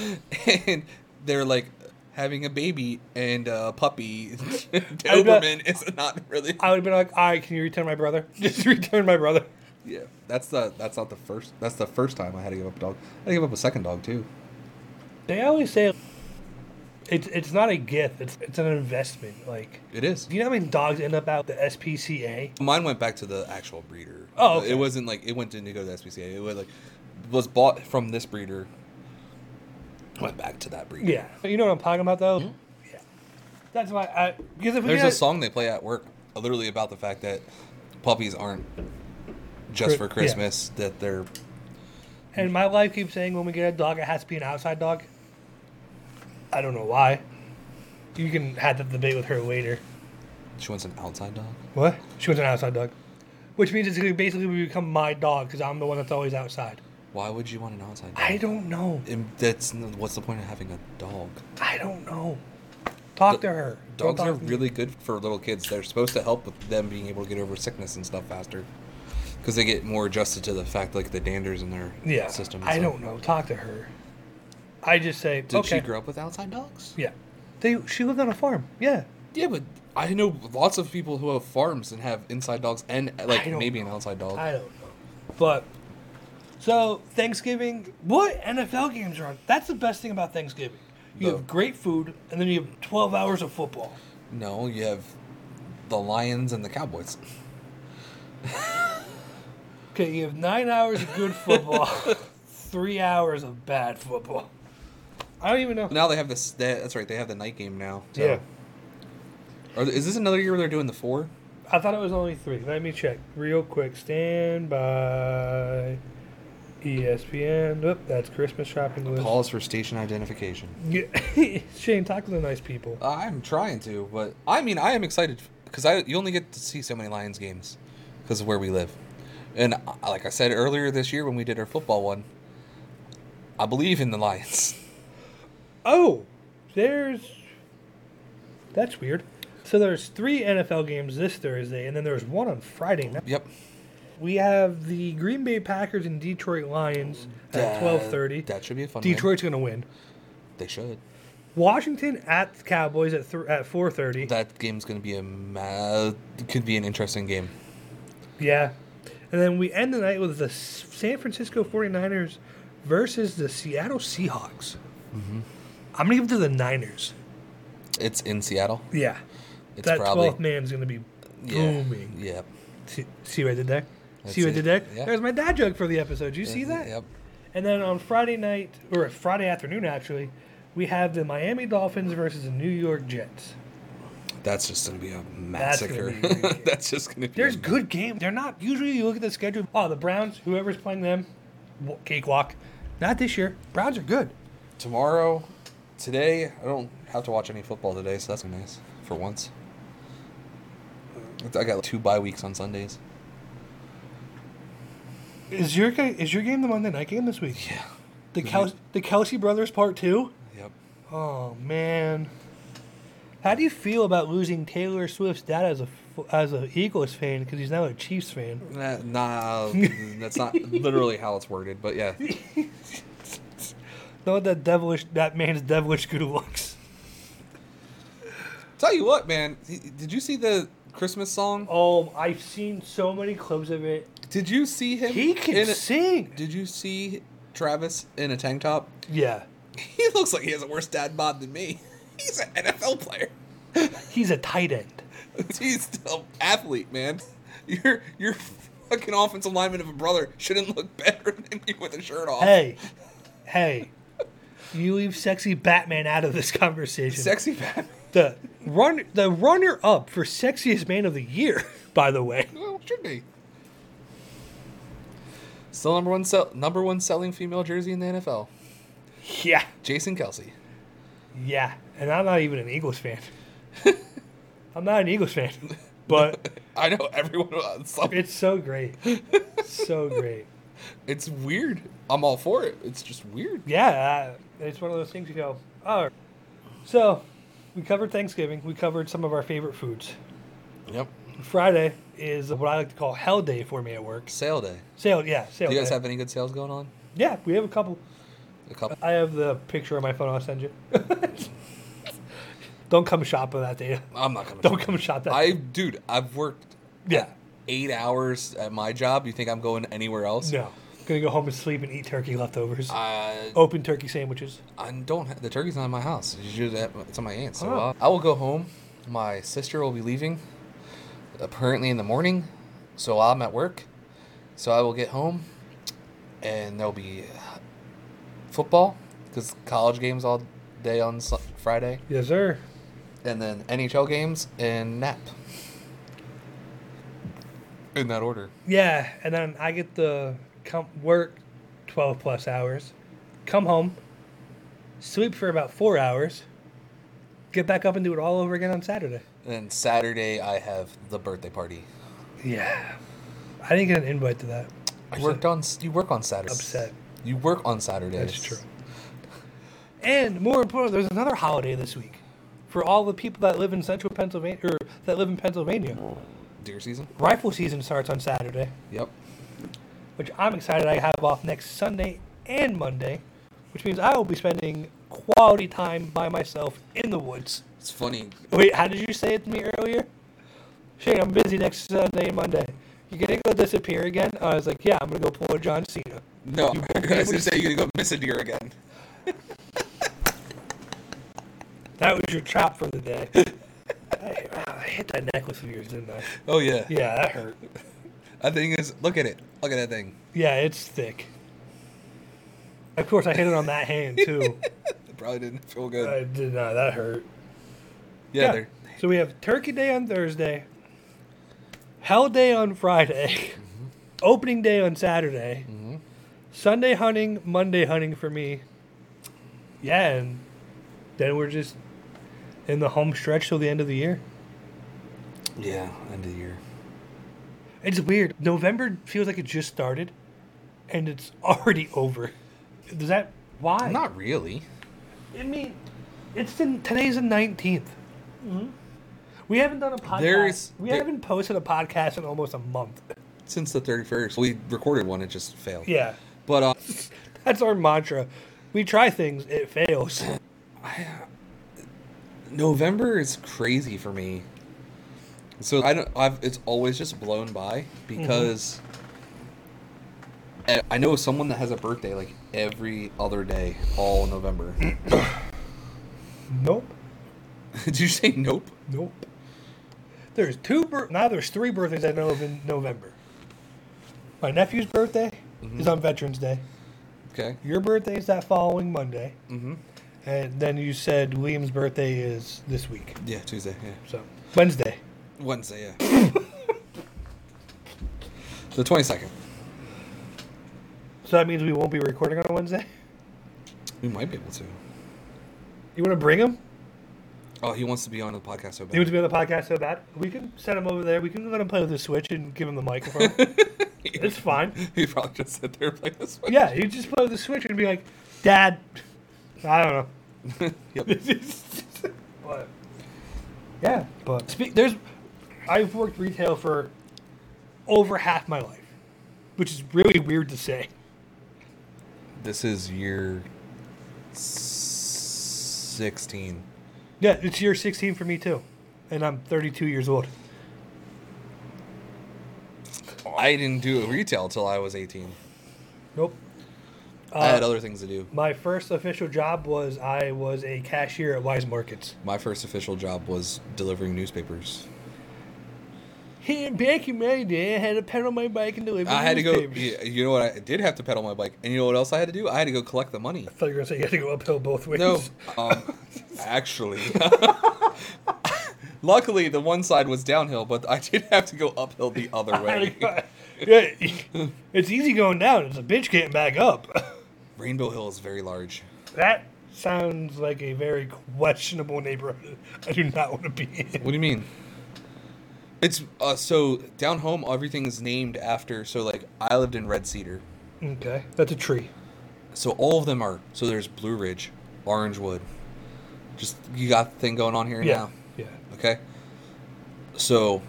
Speaker 1: [laughs] and they're like, having a baby and a puppy. [laughs] Doberman is not really.
Speaker 2: I would have been like, all right, can you return my brother? [laughs] Just return my brother.
Speaker 1: Yeah, that's the that's not the first. That's the first time I had to give up a dog. I had to give up a second dog too.
Speaker 2: They always say it's it's not a gift. It's it's an investment. Like,
Speaker 1: It is.
Speaker 2: do you know how many dogs end up out the SPCA?
Speaker 1: Mine went back to the actual breeder.
Speaker 2: Oh, okay.
Speaker 1: it wasn't like it went to go to the SPCA. It was like was bought from this breeder, went back to that breed.
Speaker 2: Yeah. You know what I'm talking about though? Yeah. That's why I because if
Speaker 1: Mm-hmm.
Speaker 2: we
Speaker 1: There's
Speaker 2: get,
Speaker 1: a song they play at work, uh, literally about the fact that puppies aren't just
Speaker 2: Cri-
Speaker 1: for
Speaker 2: yeah.
Speaker 1: Christmas. That they're
Speaker 2: and my wife keeps saying when we get a dog it has to be an outside dog. I don't know why. You can have that debate with her later.
Speaker 1: she wants an outside dog.
Speaker 2: What? She was an outside dog. Which means it's gonna basically become my dog because I'm the one that's always outside.
Speaker 1: Why would you want an outside dog?
Speaker 2: I don't know.
Speaker 1: And that's n- what's the point of having a dog?
Speaker 2: I don't know. Talk
Speaker 1: Do-
Speaker 2: to her. Don't
Speaker 1: Dogs are
Speaker 2: talk to me.
Speaker 1: really good for little kids. They're supposed to help with them being able to get over sickness and stuff faster, because they get more adjusted to the fact like the danders in their
Speaker 2: yeah.
Speaker 1: system. and
Speaker 2: I
Speaker 1: stuff.
Speaker 2: don't know. Talk to her. I just say
Speaker 1: Did
Speaker 2: okay.
Speaker 1: she grow up with outside dogs?
Speaker 2: yeah. They she lived on a farm. Yeah.
Speaker 1: Yeah, but I know lots of people who have farms and have inside dogs and like
Speaker 2: I don't
Speaker 1: maybe an outside dog.
Speaker 2: I don't know. But so Thanksgiving, what NFL games are on? That's the best thing about Thanksgiving. You
Speaker 1: The-
Speaker 2: have great food, and then you have twelve hours of football.
Speaker 1: No, you have the Lions and the Cowboys.
Speaker 2: Okay, you have nine hours of good football, three hours of bad football. I don't even know.
Speaker 1: Now they have this. They, that's right. They have the night game now. So.
Speaker 2: Yeah,
Speaker 1: Are, is this another year where they're doing the four?
Speaker 2: I thought it was only three. Let me check real quick. Stand by. E ESPN. Oop, that's Christmas shopping list.
Speaker 1: Pause for station identification.
Speaker 2: Yeah. [laughs] Shane, talk to the nice people.
Speaker 1: I'm trying to, but I mean, I am excited because I you only get to see so many Lions games because of where we live, and I- like I said earlier this year when we did our football one, I believe in the Lions. [laughs]
Speaker 2: Oh, there's. That's weird. So there's three NFL games this Thursday, and then there's one on Friday night.
Speaker 1: yep.
Speaker 2: We have the Green Bay Packers and Detroit Lions at
Speaker 1: That-
Speaker 2: twelve thirty.
Speaker 1: That should be a fun. one.
Speaker 2: Detroit's gonna win.
Speaker 1: They should.
Speaker 2: Washington at the Cowboys at th- at four thirty.
Speaker 1: That game's going to be a ma- could be an interesting game.
Speaker 2: Yeah, and then we end the night with the S- San Francisco 49ers versus the Seattle Seahawks.
Speaker 1: Mm-hmm.
Speaker 2: I'm gonna give it to the Niners.
Speaker 1: It's in Seattle.
Speaker 2: Yeah,
Speaker 1: It's
Speaker 2: that
Speaker 1: probably
Speaker 2: 12th man's gonna be
Speaker 1: yeah,
Speaker 2: booming.
Speaker 1: yeah.
Speaker 2: See, see what I did there?
Speaker 1: That's
Speaker 2: see what I
Speaker 1: it.
Speaker 2: did there?
Speaker 1: Yeah.
Speaker 2: There's my dad joke for the episode. You see that?
Speaker 1: Yep.
Speaker 2: And then on Friday night, or Friday afternoon actually, we have the Miami Dolphins versus the New York Jets.
Speaker 1: That's just going to be a
Speaker 2: That's gonna
Speaker 1: massacre.
Speaker 2: be a great game.
Speaker 1: [laughs] That's just going to be.
Speaker 2: There's
Speaker 1: a-
Speaker 2: good games. They're not usually you look at the schedule. Oh, the Browns, whoever's playing them, wa- cakewalk. Not this year. Browns are good.
Speaker 1: tomorrow, today. I don't have to watch any football today, so that's nice for once. I got two bye weeks on Sundays.
Speaker 2: Is your ga- is your game the Monday night game this week?
Speaker 1: Yeah.
Speaker 2: The Kel- the Kelsey brothers part two.
Speaker 1: Yep.
Speaker 2: Oh man, how do you feel about losing Taylor Swift's dad as a f- as a Eagles fan because he's now a Chiefs fan?
Speaker 1: Nah,
Speaker 2: [laughs]
Speaker 1: nah, that's not literally how it's worded, but yeah.
Speaker 2: Know what that devilish that man's devilish good looks.
Speaker 1: Tell you what, man. Did you see the Christmas song?
Speaker 2: Oh, I've seen so many clips of it.
Speaker 1: Did you see him?
Speaker 2: He can
Speaker 1: in a-
Speaker 2: sing.
Speaker 1: Did you see Travis in a tank top? [laughs]
Speaker 2: Yeah,
Speaker 1: He looks like he has a worse dad bod than me. [laughs] He's an NFL player.
Speaker 2: he's a tight end.
Speaker 1: [laughs] He's still an athlete, man. Your your fucking offensive lineman of a brother shouldn't look better [laughs] than you with a shirt off.
Speaker 2: Hey, hey, you leave sexy Batman out of this conversation.
Speaker 1: Sexy Batman.
Speaker 2: the run the runner up for sexiest man of the year, [laughs] by the way.
Speaker 1: Well, should be. Still number one sell number one selling female jersey in the NFL.
Speaker 2: Yeah,
Speaker 1: Jason Kelsey.
Speaker 2: yeah, and I'm not even an Eagles fan. I'm not an Eagles fan, but
Speaker 1: [laughs] I know everyone. It's, like-
Speaker 2: it's so great, so great.
Speaker 1: it's weird. I'm all for it. It's just weird.
Speaker 2: Yeah, uh, it's one of those things you go, oh. So, we covered Thanksgiving. We covered some of our favorite foods.
Speaker 1: Yep.
Speaker 2: Friday is what I like to call Hell Day for me at work.
Speaker 1: Sale day.
Speaker 2: Sale, yeah, sale.
Speaker 1: Do you guys
Speaker 2: day.
Speaker 1: have any good sales going on?
Speaker 2: Yeah, we have a couple.
Speaker 1: A couple.
Speaker 2: I have the picture on my phone. I'll send you. [laughs] Don't come shop on that day.
Speaker 1: I'm not coming.
Speaker 2: Don't come shop that.
Speaker 1: I
Speaker 2: day.
Speaker 1: dude, I've worked
Speaker 2: yeah.
Speaker 1: eight hours at my job. You think I'm going anywhere else?
Speaker 2: No. Gonna go home and sleep and eat turkey leftovers.
Speaker 1: I,
Speaker 2: Open turkey sandwiches.
Speaker 1: I don't. ha the turkey's not in my house. It's usually at- it's at my aunt's. So
Speaker 2: Oh.
Speaker 1: uh, I will go home. My sister will be leaving, apparently in the morning. So I'm at work. So I will get home, and there'll be uh, football because because college games all day on Su- Friday,
Speaker 2: Yes, sir.
Speaker 1: and then NHL games and nap. In that order.
Speaker 2: Yeah, and then I get to come work twelve plus hours, come home, sleep for about four hours, get back up and do it all over again on Saturday.
Speaker 1: And then Saturday, I have the birthday party.
Speaker 2: Yeah, I didn't get an invite to that.
Speaker 1: You worked on you work on Saturdays.
Speaker 2: Upset.
Speaker 1: You work on Saturdays.
Speaker 2: That's true. And more important, there's another holiday this week for all the people that live in central Pennsylvania or that live in Pennsylvania.
Speaker 1: Deer season.
Speaker 2: Rifle season starts on Saturday,
Speaker 1: Yep.
Speaker 2: which I'm excited I have off next Sunday and Monday, which means I will be spending quality time by myself in the woods.
Speaker 1: It's funny.
Speaker 2: Wait, how did you say it to me earlier? Shane, I'm busy next Sunday and Monday. You gonna go disappear again? I was like, yeah, I'm gonna go pull a John Cena.
Speaker 1: No, [laughs] I
Speaker 2: You won't be
Speaker 1: was
Speaker 2: able
Speaker 1: gonna
Speaker 2: to-
Speaker 1: say you're gonna go miss a deer again.
Speaker 2: That was your chop for the day. [laughs] I, I hit that necklace of yours, didn't I?
Speaker 1: Oh yeah.
Speaker 2: Yeah,
Speaker 1: [laughs]
Speaker 2: that hurt.
Speaker 1: That thing is. Look at it. Look at that thing.
Speaker 2: Yeah, it's thick. Of course, I hit it on that hand too.
Speaker 1: It probably didn't feel good.
Speaker 2: [laughs] I did not. That hurt.
Speaker 1: yeah. They're,
Speaker 2: So we have Turkey Day on Thursday, Hell Day on Friday, Opening Day on Saturday, Sunday hunting, Monday hunting for me. Yeah, and then we're just in the home stretch till the end of the year.
Speaker 1: yeah. End of the year.
Speaker 2: It's weird. November feels like it just started, and it's [laughs] already over. Does that why?
Speaker 1: Not really.
Speaker 2: I mean, it's in today's the 19th We haven't done a podcast.
Speaker 1: There's-
Speaker 2: we
Speaker 1: there-
Speaker 2: haven't posted a podcast in almost a month.
Speaker 1: Since the 31st, we recorded one. It just failed.
Speaker 2: Yeah,
Speaker 1: But uh,
Speaker 2: that's our mantra. We try things, it fails.
Speaker 1: November is crazy for me. So I don't. I've. It's always just blown by because. e, I- I know someone that has a birthday like every other day, all November. [laughs]
Speaker 2: Nope,
Speaker 1: Did you say nope?
Speaker 2: nope. There's two. Bir- now there's three birthdays I know of in November. My nephew's birthday is on Veterans Day.
Speaker 1: Okay.
Speaker 2: Your birthday is that following Monday,
Speaker 1: Mm-hmm.
Speaker 2: and then you said William's birthday is this week.
Speaker 1: Yeah, Tuesday. Yeah.
Speaker 2: So Wednesday.
Speaker 1: Wednesday, yeah. [laughs] the 22nd.
Speaker 2: So that means we won't be recording on Wednesday.
Speaker 1: We might be able to.
Speaker 2: You want to bring him?
Speaker 1: Oh, he wants to be on the podcast so bad.
Speaker 2: He wants to be on the podcast so bad. We can send him over there. We can let him play with the Switch and give him the microphone.
Speaker 1: [laughs]
Speaker 2: it's fine.
Speaker 1: he probably just sit there and play this one.
Speaker 2: Yeah, you just play with the Switch and be like, Dad, I don't know.
Speaker 1: [laughs] Yep.
Speaker 2: But yeah, but speak, there's, I've worked retail for over half my life, which is really weird to say.
Speaker 1: This is year 16.
Speaker 2: Yeah, it's year 16 for me too, and I'm 32 years old.
Speaker 1: I didn't do retail till I was 18.
Speaker 2: Nope.
Speaker 1: I had other things to do.
Speaker 2: My first official job was I was a cashier at Wise Markets.
Speaker 1: My first official job was delivering newspapers.
Speaker 2: Hey, back in my day, I had to pedal my bike and deliver.
Speaker 1: I had to go.
Speaker 2: newspapers.
Speaker 1: yeah, You know what? I did have to pedal my bike. And you know what else I had to do? I had to go collect the money.
Speaker 2: I thought you were gonna say you had to go uphill both ways. [laughs]
Speaker 1: No, um, actually, [laughs] luckily the one side was downhill, but I did have to go uphill the other way.
Speaker 2: yeah, it's easy going down. It's a bitch getting back up. [laughs]
Speaker 1: Rainbow Hill is very large.
Speaker 2: that sounds like a very questionable neighborhood. I do not want to be in.
Speaker 1: What do you mean? It's uh, so down home. Everything is named after. So like I lived in Red Cedar,
Speaker 2: Okay, that's a tree.
Speaker 1: so all of them are. So there's Blue Ridge, Orangewood. Just you got the thing going on here
Speaker 2: Yeah,
Speaker 1: now.
Speaker 2: yeah.
Speaker 1: Okay. So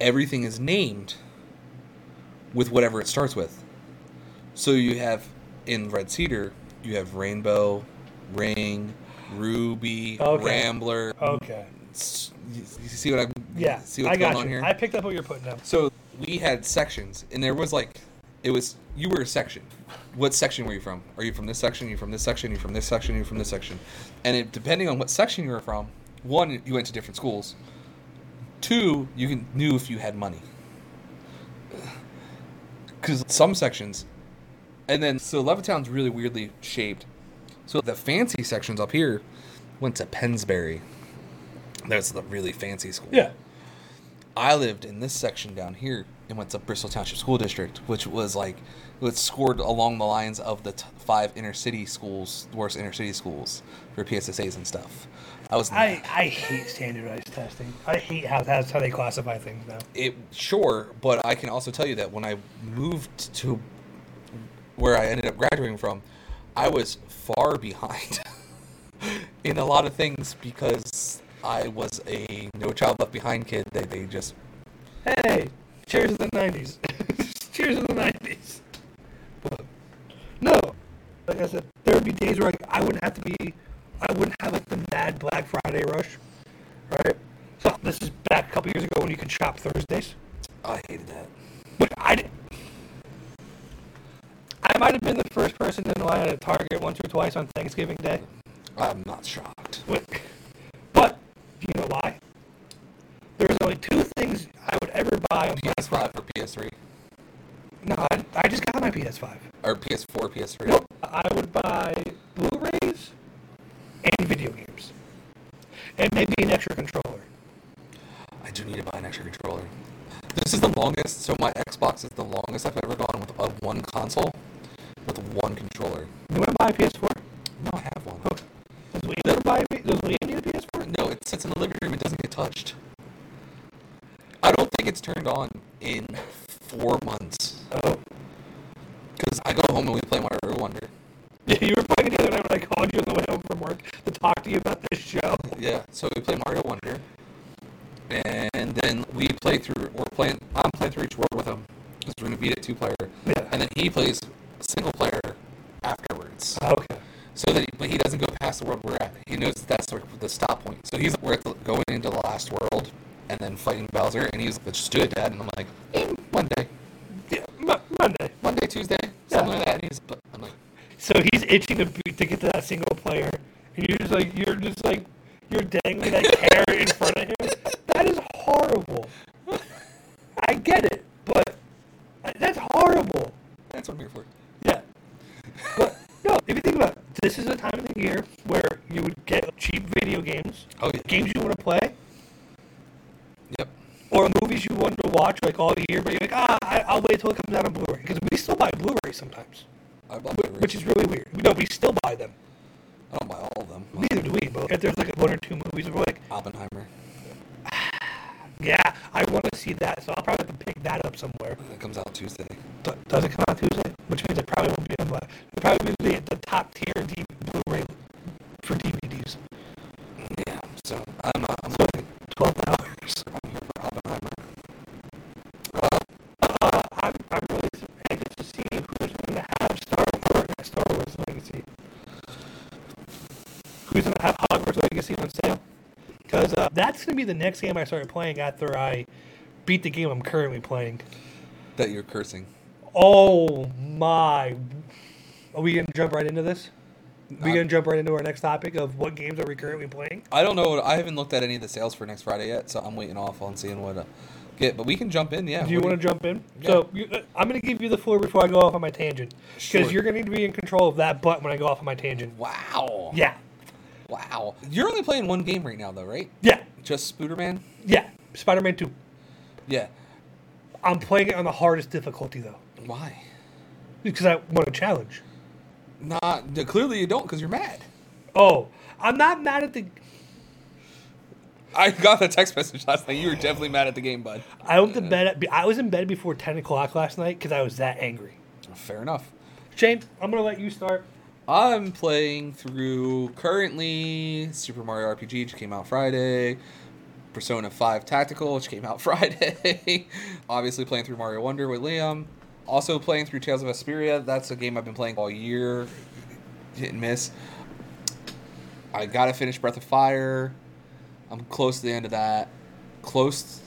Speaker 1: everything is named with whatever it starts with. So you have in Red Cedar, you have Rainbow, Ring, Ruby,
Speaker 2: Okay.
Speaker 1: Rambler.
Speaker 2: Okay.
Speaker 1: S- You you see what I'm
Speaker 2: Yeah.
Speaker 1: see what's
Speaker 2: I got
Speaker 1: going on
Speaker 2: you.
Speaker 1: here?
Speaker 2: I picked up what you're putting down.
Speaker 1: So we had sections and there was like it was you were a section. What section were you from? Are you from this section? Are you from this section? Are you from this section? Are you from this section? And it, depending on what section you were from, one, you went to different schools. Two, you can, knew if you had money. Because some sections, and then so Levittown's really weirdly shaped. So the fancy sections up here went to Pensbury. That's the really fancy school.
Speaker 2: Yeah.
Speaker 1: I lived in this section down here and went to Bristol Township School District, which was like, it scored along the lines of the t- five inner city schools, worst inner city schools for PSSAs and stuff. I was in
Speaker 2: I,
Speaker 1: that.
Speaker 2: I hate standardized testing. I hate how that's how they classify things now.
Speaker 1: it sure, but I can also tell you that when I moved to where I ended up graduating from, I was far [laughs] behind in a lot of things because I was a no child left behind kid. They they just
Speaker 2: Hey, cheers to the nineties. [laughs] cheers to the nineties. No, like I said, there would be days where like, I wouldn't have to be, I wouldn't have like the mad Black Friday rush, right? So this is back a couple years ago when you could shop Thursdays.
Speaker 1: I hated that.
Speaker 2: But I did. I might have been the first person in line at a Target once or twice on Thanksgiving Day.
Speaker 1: I'm not shocked.
Speaker 2: But, but you know why? There was only two things I would ever buy on Black Friday.
Speaker 1: PS5 or PS3
Speaker 2: No, I, I just got my PS5.
Speaker 1: or PS4, PS3.
Speaker 2: Nope. I would buy Blu-rays and video games, and maybe an extra controller.
Speaker 1: I do need to buy an extra controller. This is the longest. So my Xbox is the longest I've ever gone with a one console with one controller.
Speaker 2: You want to buy a PS4?
Speaker 1: No, I have one.
Speaker 2: Does Leanne ever buy a P- Does Leanne need a PS4?
Speaker 1: No, it sits in the living room. It doesn't get touched. I don't think it's turned on in four months.
Speaker 2: Oh. [laughs]
Speaker 1: Because I go home and we play Mario Wonder.
Speaker 2: Yeah, you were playing it the other night when I called you on the way home from work to talk to you about this show.
Speaker 1: Yeah, so we play Mario Wonder. And then we play through, we're playing, I'm playing through each world with him. Because we're going to beat it two player.
Speaker 2: Yeah.
Speaker 1: And then he plays single player afterwards.
Speaker 2: [laughs] Okay.
Speaker 1: So that, he, but he doesn't go past the world we're at. He knows that's the, the stop point. So he's we're at the, going into the last world and then fighting Bowser, and he's like, just do it, Dad. And I'm like, "Mm, one day,
Speaker 2: Yeah, Mo- Monday.
Speaker 1: Monday, Tuesday, something like that. And he's, but I'm like, [laughs]
Speaker 2: So he's itching to, be- to get to that single player, and you're just like you're just like you're dangling that carrot in front of him. [laughs] That is horrible. I get it, but that's horrible.
Speaker 1: that's what I'm here for. [laughs]
Speaker 2: Yeah. But no, if you think about it, this is a time of the year where you would get cheap video games,
Speaker 1: Oh, yeah.
Speaker 2: games you want to play,
Speaker 1: Yep.
Speaker 2: or movies you wanted to watch like all year, but you're like, ah, I, I'll wait till it comes out on Blu-ray because we still buy Blu-ray sometimes,
Speaker 1: I bought Mario.
Speaker 2: which is really weird. No, we still buy them.
Speaker 1: I don't buy all of them.
Speaker 2: Neither do we, but if there's like one or two movies, we're like,
Speaker 1: Oppenheimer.
Speaker 2: yeah, I want to see that, so I'll probably have to pick that up somewhere.
Speaker 1: That comes out Tuesday.
Speaker 2: But does it come out Tuesday? Which means it probably won't be on Black. It probably will be at the top tier D- Blu-ray for DVDs.
Speaker 1: Yeah. So I'm not. I'm
Speaker 2: So like twelve hours.
Speaker 1: I'm here for Oppenheimer.
Speaker 2: Uh, I'm, I'm really anxious to see who's going to have Star Wars, Star Wars Legacy. Who's going to have Hogwarts Legacy on sale? Because uh, that's going to be the next game I started playing after I beat the game I'm currently playing.
Speaker 1: That you're cursing.
Speaker 2: Oh my! Are we gonna jump right into this? we gonna jump right into our next topic of what games are we currently playing?
Speaker 1: I don't know. I haven't looked at any of the sales for next Friday yet, so I'm waiting off on seeing what uh, get. But we can jump in. Yeah.
Speaker 2: Do you
Speaker 1: What
Speaker 2: want to jump in?
Speaker 1: Yeah.
Speaker 2: So you, uh, I'm gonna give you the floor before I go off on my tangent because
Speaker 1: Sure.
Speaker 2: you're gonna need to be in control of that button when I go off on my tangent.
Speaker 1: Wow.
Speaker 2: Yeah,
Speaker 1: Wow. You're only playing one game right now, though, right?
Speaker 2: yeah,
Speaker 1: Just Spooderman.
Speaker 2: yeah. Spider-Man 2.
Speaker 1: Yeah.
Speaker 2: I'm playing it on the hardest difficulty though
Speaker 1: Why?
Speaker 2: because I want a challenge.
Speaker 1: Not clearly you don't, because you're mad.
Speaker 2: Oh, I'm not mad at the.
Speaker 1: I got the text [laughs] message last night. You were definitely mad at the game, bud.
Speaker 2: I went to bed. At, I was in bed before 10 o'clock last night because I was that angry.
Speaker 1: Fair enough.
Speaker 2: Shane, I'm gonna let you start.
Speaker 1: I'm playing through currently Super Mario RPG, which came out Friday. Persona 5 Tactical, which came out [laughs] Friday. Obviously, playing through Mario Wonder with Liam. Also, playing through Tales of Vesperia. That's a game I've been playing all year. Hit and miss. I gotta finish Breath of Fire. I'm close to the end of that. Close.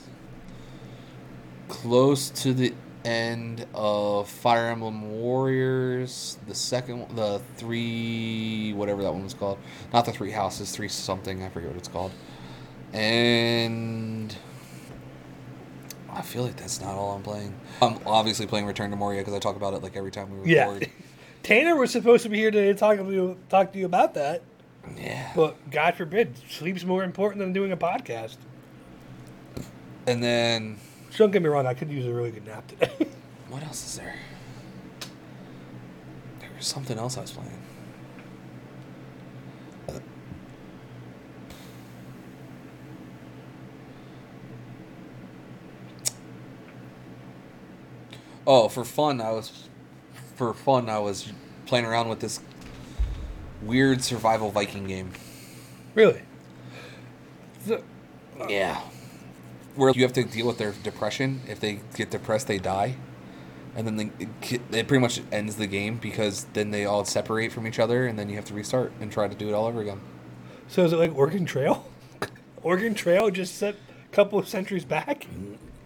Speaker 1: Close to the end of Fire Emblem Warriors, the second, one- the three, whatever that one was called. Not the three houses, three something. I forget what it's called. And I feel like that's not all I'm playing. I'm obviously playing Return to Moria because I talk about it like every time we
Speaker 2: Yeah.
Speaker 1: record.
Speaker 2: [laughs] Tanner was supposed to be here today to talk to you, talk to you about that,
Speaker 1: [laughs] Yeah.
Speaker 2: but God forbid, sleep's more important than doing a podcast.
Speaker 1: And then
Speaker 2: So Don't get me wrong, I could use a really good nap today. [laughs]
Speaker 1: what else is there? There was something else I was playing. Uh, Oh, for fun, I was for fun I was playing around with this weird survival Viking game.
Speaker 2: really. So-
Speaker 1: Yeah. Where you have to deal with their depression. If they get depressed, they die. And then they, it ki- it pretty much ends the game because then they all separate from each other and then you have to restart and try to do it all over again.
Speaker 2: So is it like Oregon Trail? [laughs] Oregon Trail just set a couple of centuries back.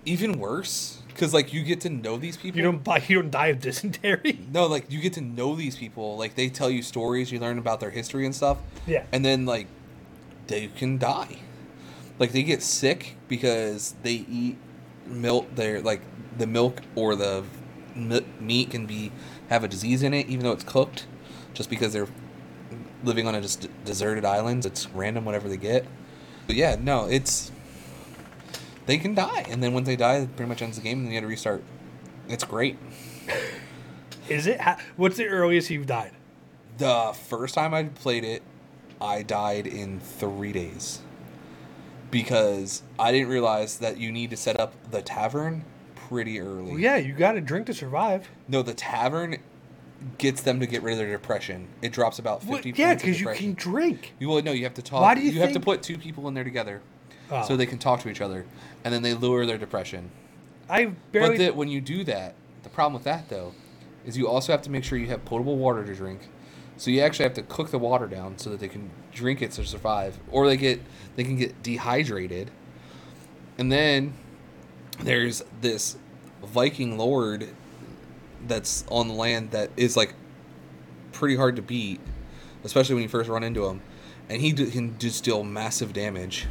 Speaker 1: Even worse, because like you get to know these people.
Speaker 2: You don't buy, you don't die of dysentery. [laughs]
Speaker 1: no, like you get to know these people. Like they tell you stories, you learn about their history and stuff.
Speaker 2: Yeah.
Speaker 1: And then like they can die. Like they get sick because they eat milk. They're like the milk or the mi- meat can be have a disease in it, even though it's cooked. Just because they're living on a just deserted island, it's random whatever they get. But yeah, no, it's they can die, and then once they die, it pretty much ends the game, and then you have to restart. It's great.
Speaker 2: Is it? Ha- What's the earliest you've died?
Speaker 1: The first time I played it, I died in three days because I didn't realize that you need to set up the tavern pretty early.
Speaker 2: Well, yeah, you got to drink to survive.
Speaker 1: No, the tavern gets them to get rid of their depression. It drops about
Speaker 2: What?
Speaker 1: fifty.
Speaker 2: Yeah,
Speaker 1: points of
Speaker 2: because you
Speaker 1: depression.
Speaker 2: can drink.
Speaker 1: You well, no, you have to talk.
Speaker 2: Why do you
Speaker 1: have to
Speaker 2: think-
Speaker 1: put two people in there together,
Speaker 2: Oh.
Speaker 1: so they can talk to each other, and then they lure their depression.
Speaker 2: I barely.
Speaker 1: But that when you do that, the problem with that though, is you also have to make sure you have potable water to drink. So you actually have to cook the water down so that they can drink it to survive, or they get they can get dehydrated. And then there's this Viking lord that's on the land that is like pretty hard to beat, especially when you first run into him, and he d- can just deal massive damage.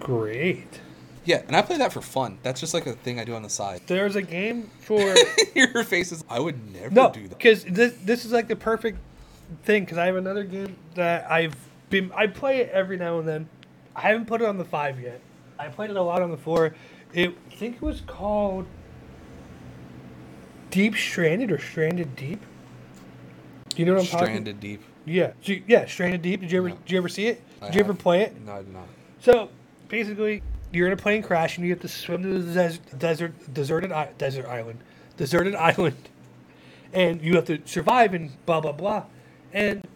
Speaker 2: Great.
Speaker 1: Yeah, and I play that for fun. That's just like a thing I do on the side.
Speaker 2: There's a game [laughs] for
Speaker 1: [laughs] Your face is. I would never
Speaker 2: no,
Speaker 1: do that.
Speaker 2: because this this is like the perfect thing. Because I have another game that I've been I play it every now and then. I haven't put it on the five yet. I played it a lot on the four. It I think it was called Deep Stranded or Stranded Deep. Do you know what I'm
Speaker 1: Stranded deep.
Speaker 2: talking? Yeah, So you- yeah, Stranded Deep. Did you ever
Speaker 1: No.
Speaker 2: did you ever see it?
Speaker 1: I
Speaker 2: Did you ever
Speaker 1: have.
Speaker 2: play it?
Speaker 1: No, I did not.
Speaker 2: So basically, you're in a plane crash and you have to swim to the des- desert, deserted, i- desert island, deserted [laughs] island, and you have to survive and blah blah blah. And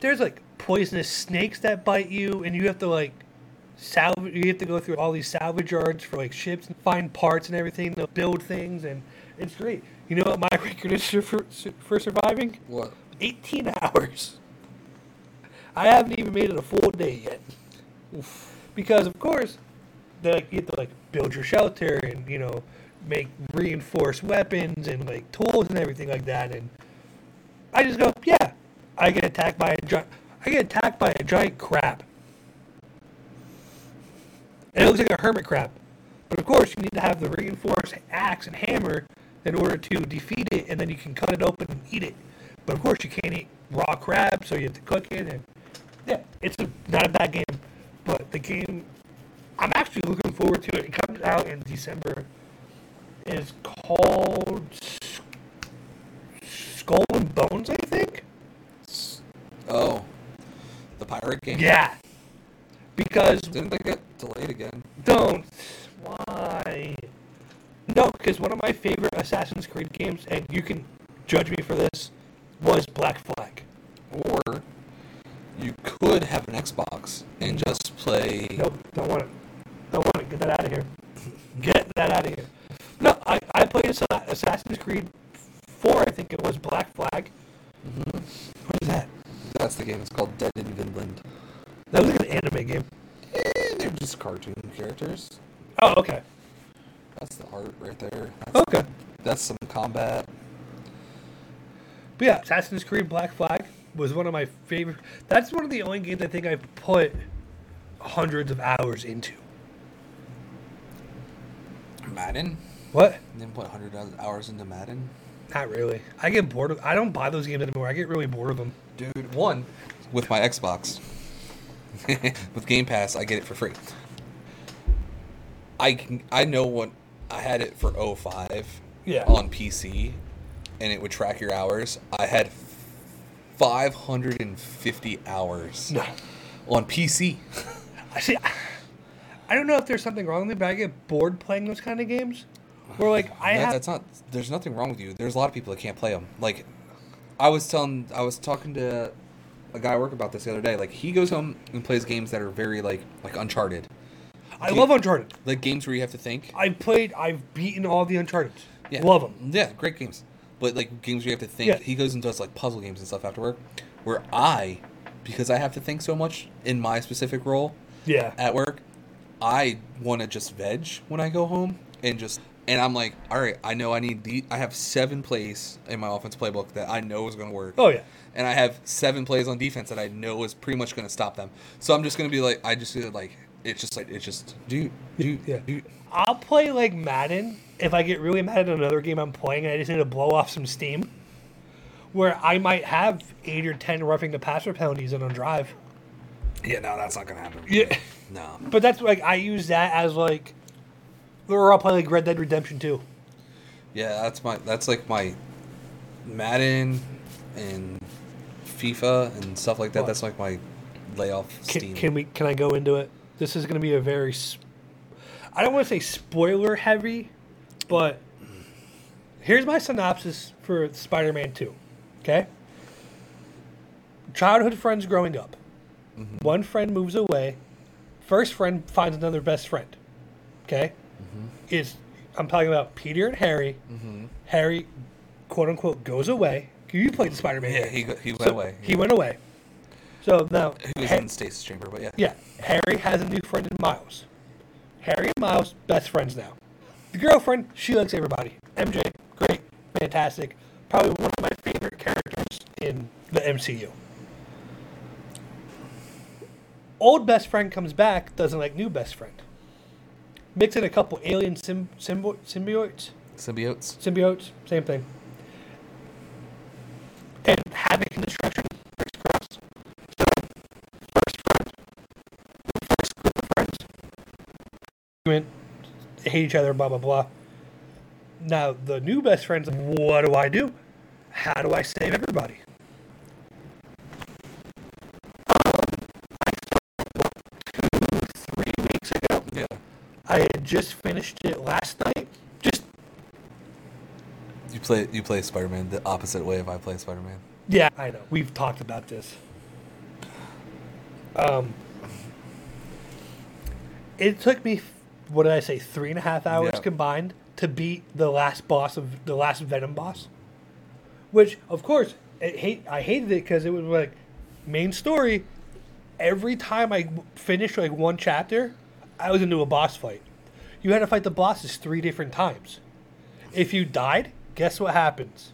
Speaker 2: there's like poisonous snakes that bite you, and you have to like salvage. You have to go through all these salvage yards for like ships and find parts and everything to build things, and it's great. You know what my [laughs] record is for, for, for surviving?
Speaker 1: What?
Speaker 2: 18 [laughs] hours. I haven't even made it a full day yet. Because of course, they like, you have to like build your shelter and you know make reinforced weapons and like tools and everything like that. And I just go, yeah, I get attacked by a giant. I get attacked by a giant crab. And it looks like a hermit crab. But of course, you need to have the reinforced axe and hammer in order to defeat it, and then you can cut it open and eat it. But of course, you can't eat raw crab, so you have to cook it. And yeah, it's a, not a bad game, but the game I'm actually looking forward to it. It comes out in December. It's called S- Skull and Bones, I think.
Speaker 1: Oh, the pirate game.
Speaker 2: Yeah, because
Speaker 1: Didn't they get delayed again?
Speaker 2: Don't. Why? No, because one of my favorite Assassin's Creed games, and you can judge me for this, was Black Flag.
Speaker 1: Or you could have an Xbox and just play.
Speaker 2: Nope, don't want it. Don't want it. Get that out of here. Get that out of here. No, I, I played Assa- Assassin's Creed 4, I think it was Black Flag. What is that?
Speaker 1: That's the game. It's called Dead in Vinland.
Speaker 2: That was like an anime game.
Speaker 1: Eh, they're just cartoon characters.
Speaker 2: Oh, okay.
Speaker 1: That's the art right there. That's,
Speaker 2: Okay.
Speaker 1: that's some combat.
Speaker 2: But yeah, Assassin's Creed Black Flag was one of my favorite. That's one of the only games I think I've put hundreds of hours into.
Speaker 1: Madden.
Speaker 2: What?
Speaker 1: And then put 100 hours into Madden.
Speaker 2: Not really. I get bored of. I don't buy those games anymore. I get really bored of them.
Speaker 1: Dude, one with my Xbox. [laughs] with Game Pass, I get it for free. I can, I know what I had it for 05
Speaker 2: Yeah.
Speaker 1: on PC and it would track your hours. I had 550 hours
Speaker 2: No.
Speaker 1: on PC.
Speaker 2: I see. I don't know if there's something wrong with me, but I get bored playing those kind of games. Where like I
Speaker 1: That-
Speaker 2: have
Speaker 1: that's not there's nothing wrong with you there's a lot of people that can't play them like i was telling i was talking to a guy i work about this the other day like he goes home and plays games that are very like like uncharted
Speaker 2: I love Uncharted.
Speaker 1: like games where you have to think
Speaker 2: I played. I've beaten all the Uncharted.
Speaker 1: yeah
Speaker 2: Love them.
Speaker 1: yeah great games but like games where you have to think
Speaker 2: Yeah.
Speaker 1: he goes and does like puzzle games and stuff after work where i because i have to think so much in my specific role
Speaker 2: Yeah.
Speaker 1: at work, I want to just veg when I go home and just and I'm like, all right, I know I need the I have seven plays in my offense playbook that I know is going to work.
Speaker 2: Oh yeah.
Speaker 1: And I have seven plays on defense that I know is pretty much going to stop them. So I'm just going to be like, I just feel like it's just like it's just dude, dude,
Speaker 2: Yeah.
Speaker 1: dude.
Speaker 2: I'll play like Madden if I get really mad at another game I'm playing and I just need to blow off some steam. Where I might have eight or ten roughing the passer penalties and on drive.
Speaker 1: Yeah, no, that's not going to happen.
Speaker 2: Yeah.
Speaker 1: No.
Speaker 2: But that's like I use that as like or I'll play like Red Dead Redemption 2.
Speaker 1: Yeah, that's my that's like my Madden and FIFA and stuff like that.
Speaker 2: What?
Speaker 1: That's like my layoff
Speaker 2: Can,
Speaker 1: steam.
Speaker 2: can we can I go into it? This is going to be a very s- I don't want to say spoiler heavy, but here's my synopsis for Spider-Man 2. Okay? Childhood friends growing up.
Speaker 1: Mm-hmm.
Speaker 2: One friend moves away. First friend finds another best friend. Okay?
Speaker 1: Mm-hmm.
Speaker 2: Is I'm talking about Peter and Harry. Harry quote unquote goes away. You played the Spider-Man.
Speaker 1: yeah,
Speaker 2: game.
Speaker 1: he go- he went
Speaker 2: So,
Speaker 1: away.
Speaker 2: He went away. So now,
Speaker 1: He was
Speaker 2: Ha-
Speaker 1: in the stasis chamber, but yeah.
Speaker 2: yeah, Harry has a new friend in Miles. Harry and Miles, best friends now. The girlfriend, she likes everybody. MJ, great, fantastic, probably one of my favorite characters in the MCU. Old best friend comes back, doesn't like new best friend. Mix in a couple alien symb- symbi- symbiotes
Speaker 1: Symbiotes.
Speaker 2: symbiotes, same thing. And havoc and destruction breaks across. So, first friend, the first group of friends, argument, hate each other, blah blah blah. Now the new best friends, what do I do? How do I save everybody? Three weeks ago.
Speaker 1: Yeah.
Speaker 2: I had just finished it last night. Just
Speaker 1: You play you play Spider Man the opposite way if I play Spider Man.
Speaker 2: Yeah, I know. We've talked about this. Um, it took me, what did I say, three and a half hours
Speaker 1: Yeah.
Speaker 2: combined to beat the last boss of the last Venom boss. Which, of course, it hate I hated it because it was like main story. Every time I w- finished like one chapter, I was into a boss fight. You had to fight the bosses three different times. If you died, guess what happens?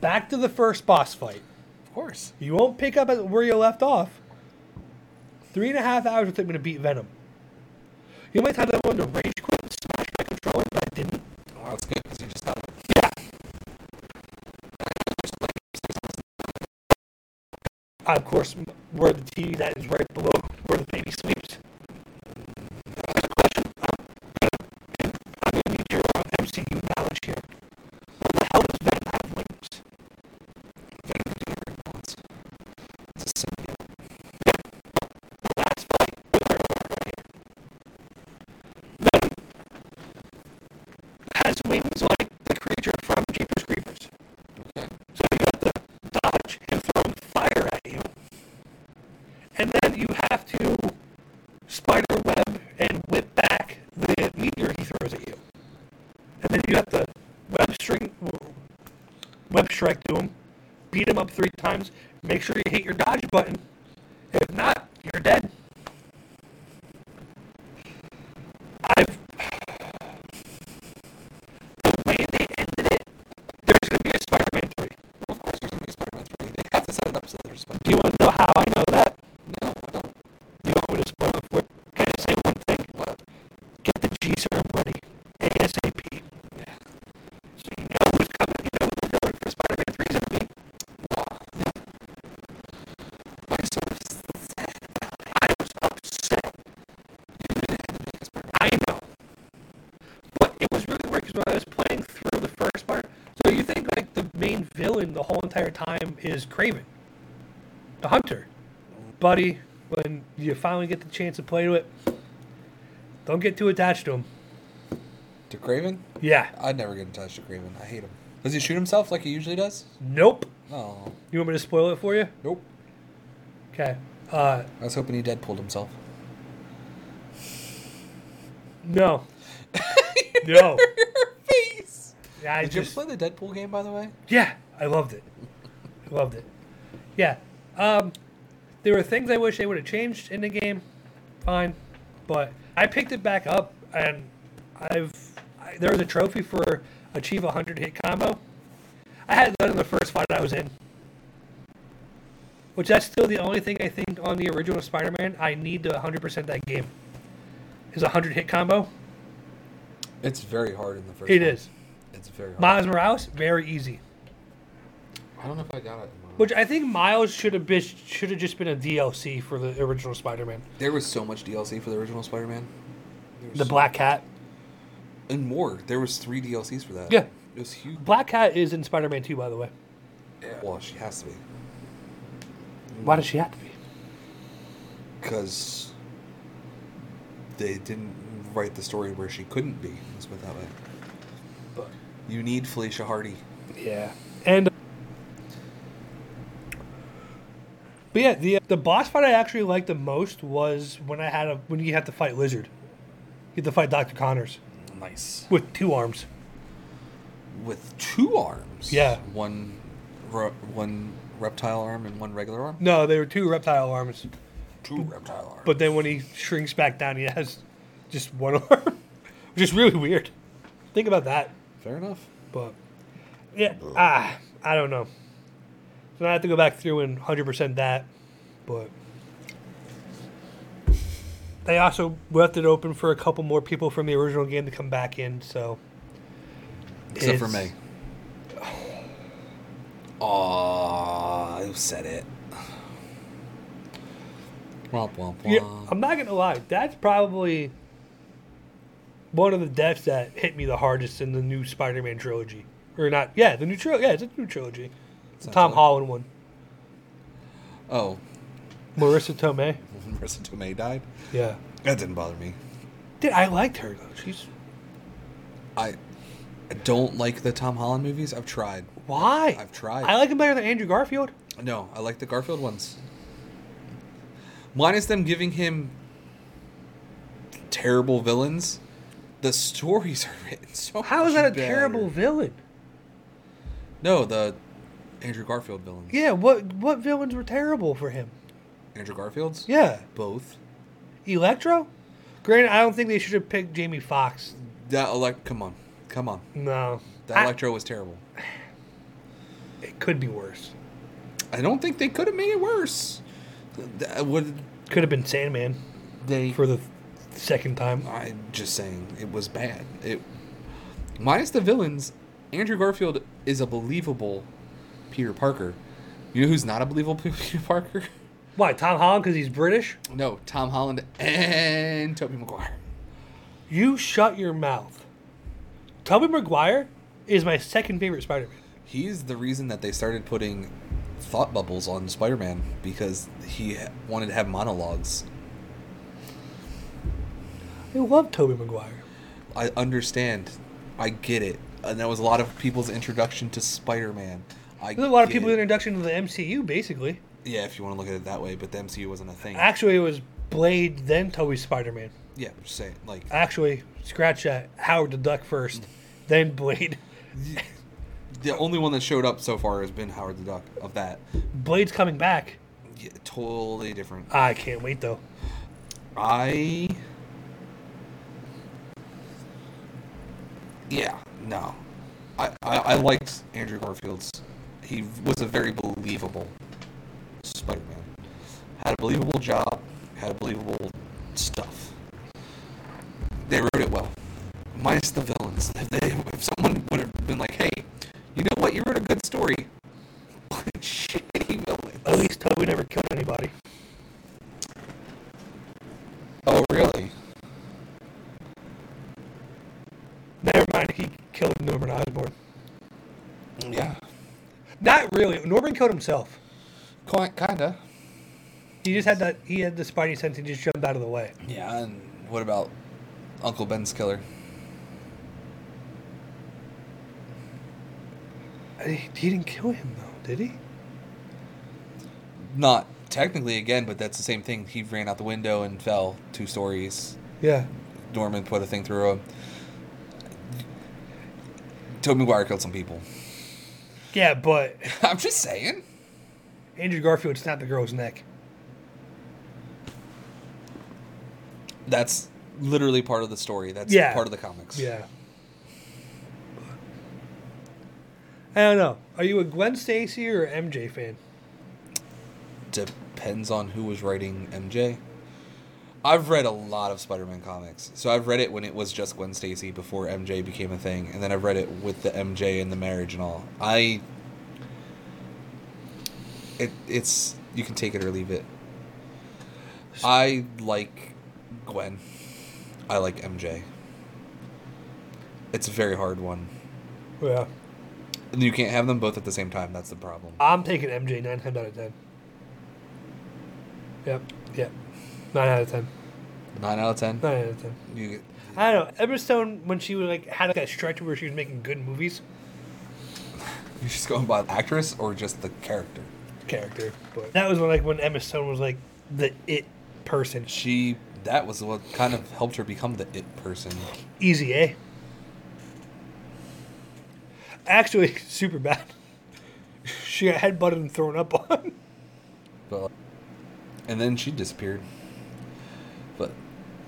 Speaker 2: Back to the first boss fight.
Speaker 1: Of course.
Speaker 2: You won't pick up at where you left off. Three and a half hours it took me to beat Venom. You might have that one to rage quit, and smash my controller, but I didn't.
Speaker 1: Wow, it's good 'cause you just have it.
Speaker 2: I, Uh, of course, m- where the TV that is right below where the baby sleeps. I question. I'm gonna need your uh, MCU knowledge here. What the hell does Venom have wings?
Speaker 1: It's a symbiote.
Speaker 2: has wings like the creature from Jeepers Creepers. So you have to dodge and throw fire at you. And then you have to spider web and whip back the meteor he throws at you. And then you have to web string, web shrek to him, beat him up three times, make sure you hit your dodge button. If not, you're dead. I've the way they ended it, there's going to be a Spider-Man 3.
Speaker 1: Well, of course there's gonna be a Spider Man three. They have to set it up so there's Spider
Speaker 2: Do you want to know how I know that?
Speaker 1: No, I don't.
Speaker 2: Do you want me to spoil it for you? Can I say one thing? Get the G serum ready ASAP. So you know who's coming. You know who the entire time is Craven, the hunter. Buddy, when you finally get the chance to play to it, don't get too attached to him.
Speaker 1: To Craven?
Speaker 2: Yeah.
Speaker 1: I'd never get in touch with Craven. I hate him. Does he shoot himself like he usually does?
Speaker 2: Nope.
Speaker 1: Oh,
Speaker 2: You want me to spoil it for you?
Speaker 1: nope.
Speaker 2: Okay. Uh,
Speaker 1: I was hoping he Deadpooled himself. [laughs]
Speaker 2: no. no.
Speaker 1: Your face.
Speaker 2: I
Speaker 1: Did you
Speaker 2: just,
Speaker 1: play the Deadpool game, by the way?
Speaker 2: yeah, I loved it. I loved it. Yeah. Um, there were things I wish they would have changed in the game. Fine. But I picked it back up, and I've. I, there was a trophy for Achieve a 100 hit combo. I had that in the first fight I was in. Which that's still the only thing I think on the original Spider Man I need to 100% that game. Is a 100 hit combo.
Speaker 1: It's very hard in the first.
Speaker 2: It
Speaker 1: one.
Speaker 2: is.
Speaker 1: It's very hard.
Speaker 2: Miles Morales, very easy.
Speaker 1: I don't know if I got it.
Speaker 2: Which I think Miles should have been, should have just been a DLC for the original Spider-Man.
Speaker 1: There was so much DLC for the original Spider-Man,
Speaker 2: The Black Cat.
Speaker 1: and more. There was three DLCs for that.
Speaker 2: Yeah.
Speaker 1: it was huge.
Speaker 2: Black Cat is in Spider-Man 2, by the way.
Speaker 1: Well, she has to be,
Speaker 2: Why does she have to be?
Speaker 1: because they didn't write the story where she couldn't be. Let's put it that way.
Speaker 2: But
Speaker 1: You need Felicia Hardy.
Speaker 2: yeah, and but yeah, the the boss fight I actually liked the most was when I had a when you had to fight Lizard, you had to fight Doctor Connors
Speaker 1: Nice.
Speaker 2: with two arms.
Speaker 1: With two arms.
Speaker 2: Yeah.
Speaker 1: One, re- one reptile arm and one regular arm.
Speaker 2: No, they were two reptile arms.
Speaker 1: Two reptile arms.
Speaker 2: But then when he shrinks back down, he has just one [laughs] arm, which is really weird. Think about that.
Speaker 1: fair enough.
Speaker 2: But yeah, ah, I don't know. So now I have to go back through and hundred percent that. But they also left it open for a couple more people from the original game to come back in. So
Speaker 1: Except for
Speaker 2: It's-
Speaker 1: May. Aw, who said it? Womp womp womp.
Speaker 2: yeah, I'm not gonna lie, that's probably one of the deaths that hit me the hardest in the new Spider-Man trilogy, or not? Yeah, the new trilogy. Yeah, it's a new trilogy. It's the Tom
Speaker 1: Essentially.
Speaker 2: Holland one.
Speaker 1: Oh,
Speaker 2: Marissa Tomei.
Speaker 1: Marissa Tomei died?
Speaker 2: Yeah.
Speaker 1: That didn't bother me.
Speaker 2: Dude, I liked her though. She's
Speaker 1: I I don't like the Tom Holland movies. I've tried.
Speaker 2: Why?
Speaker 1: I've tried.
Speaker 2: I like him better than Andrew Garfield.
Speaker 1: No, I like the Garfield ones. Minus them giving him terrible villains, the stories [laughs] are written so.
Speaker 2: How is
Speaker 1: much
Speaker 2: that a
Speaker 1: better.
Speaker 2: terrible villain?
Speaker 1: No, the Andrew Garfield villains.
Speaker 2: Yeah, what what villains were terrible for him?
Speaker 1: Andrew Garfield's.
Speaker 2: Yeah.
Speaker 1: Both.
Speaker 2: Electro? Granted, I don't think they should have picked Jamie Foxx.
Speaker 1: That elect. Come on, come on.
Speaker 2: No.
Speaker 1: That
Speaker 2: I-
Speaker 1: Electro was terrible.
Speaker 2: it could be worse.
Speaker 1: I don't think they could have made it worse. That would
Speaker 2: Could have been Sandman
Speaker 1: they?
Speaker 2: for the second time.
Speaker 1: I'm just saying it was bad. It minus the villains, Andrew Garfield is a believable Peter Parker. You know who's not a believable Peter Parker? [laughs]
Speaker 2: Why, Tom Holland because he's British?
Speaker 1: No, Tom Holland and Tobey Maguire.
Speaker 2: You shut your mouth. Tobey Maguire is my second favorite Spider-Man.
Speaker 1: He's the reason that they started putting thought bubbles on Spider-Man because he wanted to have monologues.
Speaker 2: I love Tobey Maguire.
Speaker 1: I understand. I get it. And that was a lot of people's introduction to Spider-Man. I
Speaker 2: There's a lot of
Speaker 1: get
Speaker 2: people's
Speaker 1: it.
Speaker 2: introduction to the MCU, basically.
Speaker 1: Yeah, if you want to look at it that way, but the MCU wasn't a thing.
Speaker 2: Actually, it was Blade, then Tobey Spider-Man.
Speaker 1: yeah, just saying. Like,
Speaker 2: Actually, scratch that. Howard the Duck first, then Blade.
Speaker 1: the only one that showed up so far has been Howard the Duck of that.
Speaker 2: Blade's coming back.
Speaker 1: Yeah, totally different.
Speaker 2: I can't wait though.
Speaker 1: I. Yeah, no. I, I, I liked Andrew Garfield's. He was a very believable Spider Man. Had a believable job, had believable stuff. They wrote it well. Minus the villains. If, they, if someone would have been like, hey, you know what? You wrote a good story. [laughs] But shitty villains.
Speaker 2: At least Toby never killed anybody.
Speaker 1: Oh, really?
Speaker 2: Never mind, he killed Norman Osborn.
Speaker 1: Yeah.
Speaker 2: Not really. Norman killed himself.
Speaker 1: Quite, kinda.
Speaker 2: He just had that. He had the spidey sense. He just jumped out of the way.
Speaker 1: Yeah, and what about Uncle Ben's killer?
Speaker 2: I- He didn't kill him though, did he?
Speaker 1: Not technically again, but that's the same thing. He ran out the window and fell two stories.
Speaker 2: Yeah.
Speaker 1: Norman put a thing through him. Toby McGuire killed some people. [laughs]
Speaker 2: Yeah, but
Speaker 1: I'm just saying.
Speaker 2: Andrew Garfield snapped the girl's neck.
Speaker 1: That's literally part of the story. That's
Speaker 2: Yeah.
Speaker 1: part of the comics.
Speaker 2: Yeah. I don't know. Are you a Gwen Stacy or MJ fan?
Speaker 1: Depends on who was writing MJ. I've read a lot of Spider-Man comics. So I've read it when it was just Gwen Stacy before MJ became a thing, and then I've read it with the MJ and the marriage and all. I it it's you can take it or leave it. I like Gwen. I like MJ. It's a very hard one.
Speaker 2: Yeah.
Speaker 1: And you can't have them both at the same time. That's the problem.
Speaker 2: I'm taking MJ nine times out of ten. Yep. Yep. Nine out of ten.
Speaker 1: 9 out of 10.
Speaker 2: Nine out of ten.
Speaker 1: You get-
Speaker 2: I don't know. Everstone, when she was like had like a stretch where she was making good movies,
Speaker 1: You're just going by the actress or just the character?
Speaker 2: character. But that was when like when Emma Stone was like the it person.
Speaker 1: She, that was what kind of helped her become the it person.
Speaker 2: Easy, eh? Actually, [laughs] super bad. She got headbutted and thrown up on.
Speaker 1: But, and then she disappeared. But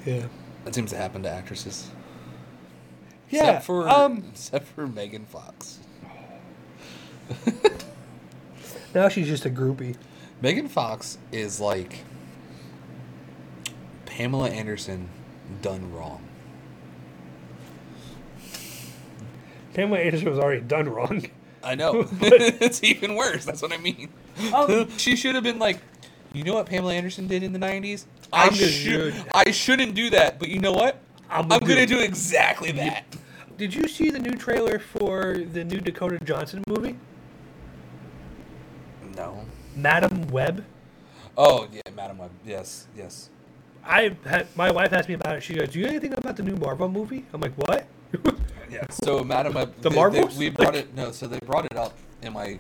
Speaker 2: Yeah.
Speaker 1: that seems to happen to actresses.
Speaker 2: Yeah.
Speaker 1: Except for,
Speaker 2: um.
Speaker 1: except for Megan Fox.
Speaker 2: Now she's just a groupie.
Speaker 1: Megan Fox is like Pamela Anderson done wrong.
Speaker 2: Pamela Anderson was already done wrong.
Speaker 1: I know. [laughs] it's even worse. That's what I mean.
Speaker 2: [laughs] Um,
Speaker 1: she should have been like, you know what Pamela Anderson did in the '90s?
Speaker 2: I'm
Speaker 1: I
Speaker 2: gonna
Speaker 1: should.
Speaker 2: do it."
Speaker 1: I shouldn't do that. But you know what?
Speaker 2: I'm
Speaker 1: I'm,
Speaker 2: gonna do
Speaker 1: gonna
Speaker 2: it."
Speaker 1: do exactly that.
Speaker 2: Did you see the new trailer for the new Dakota Johnson movie,
Speaker 1: No.
Speaker 2: Madam Web?
Speaker 1: Oh yeah, Madam Web. Yes, yes.
Speaker 2: I had, my wife asked me about it. She goes, "Do you know anything about the new Marvel movie?" I'm like, "What?" [laughs]
Speaker 1: Yeah. So Madam Web. they-
Speaker 2: The
Speaker 1: they-
Speaker 2: Marvels?
Speaker 1: we brought it. No. So they brought it up in my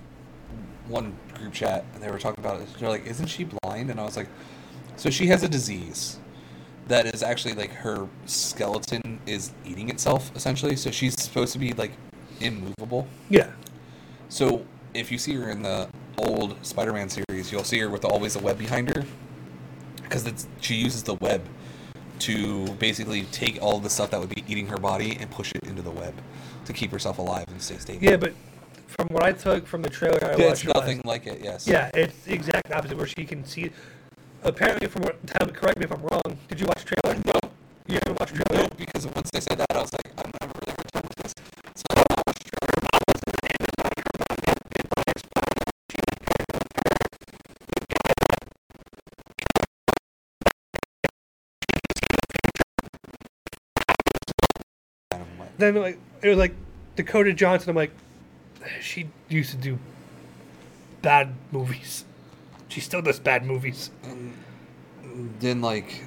Speaker 1: one group chat, and they were talking about it. They're like, "Isn't she blind?" And I was like, "So she has a disease." That is actually like her skeleton is eating itself essentially, so she's supposed to be like immovable.
Speaker 2: yeah,
Speaker 1: So if you see her in the old Spider-Man series, you'll see her with always a web behind her, because she uses the web to basically take all the stuff that would be eating her body and push it into the web to keep herself alive and stay stable.
Speaker 2: yeah, but from what I took from the trailer, I
Speaker 1: it's
Speaker 2: watched it last-
Speaker 1: nothing like it. Yes.
Speaker 2: Yeah, it's the exact opposite where she can see. Apparently, from what tell me- correct me if I'm wrong. Did you watch the trailer? No, you haven't watched the trailer.
Speaker 1: No, because once they said that, I was like, I'm never really gonna talk with this. So I don't know
Speaker 2: Then like it was like Dakota Johnson. I'm like, she used to do bad movies. She still does bad movies.
Speaker 1: what- Then like.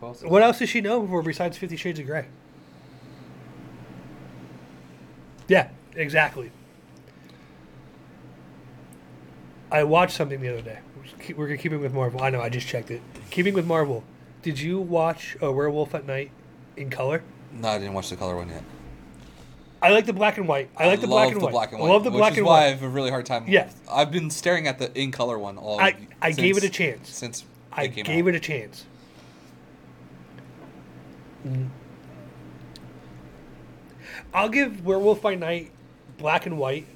Speaker 2: What else does she know for besides Fifty Shades of Grey? Yeah, exactly. I watched something the other day. We're just keep- We're gonna keep it with Marvel. I know. I just checked it. Keeping with Marvel. Did you watch A Werewolf at Night in color?
Speaker 1: No, I didn't watch the color one yet.
Speaker 2: I like the black and white. I like the,
Speaker 1: love
Speaker 2: black, and
Speaker 1: the
Speaker 2: white.
Speaker 1: black and
Speaker 2: I
Speaker 1: white.
Speaker 2: love the
Speaker 1: which
Speaker 2: black
Speaker 1: is
Speaker 2: and
Speaker 1: why I
Speaker 2: white.
Speaker 1: have a really hard time.
Speaker 2: Yeah.
Speaker 1: I've been staring at the in color one all.
Speaker 2: I- I gave it a chance.
Speaker 1: since
Speaker 2: I
Speaker 1: it came
Speaker 2: gave
Speaker 1: out.
Speaker 2: it a chance. I'll give Werewolf by Night, Black and White,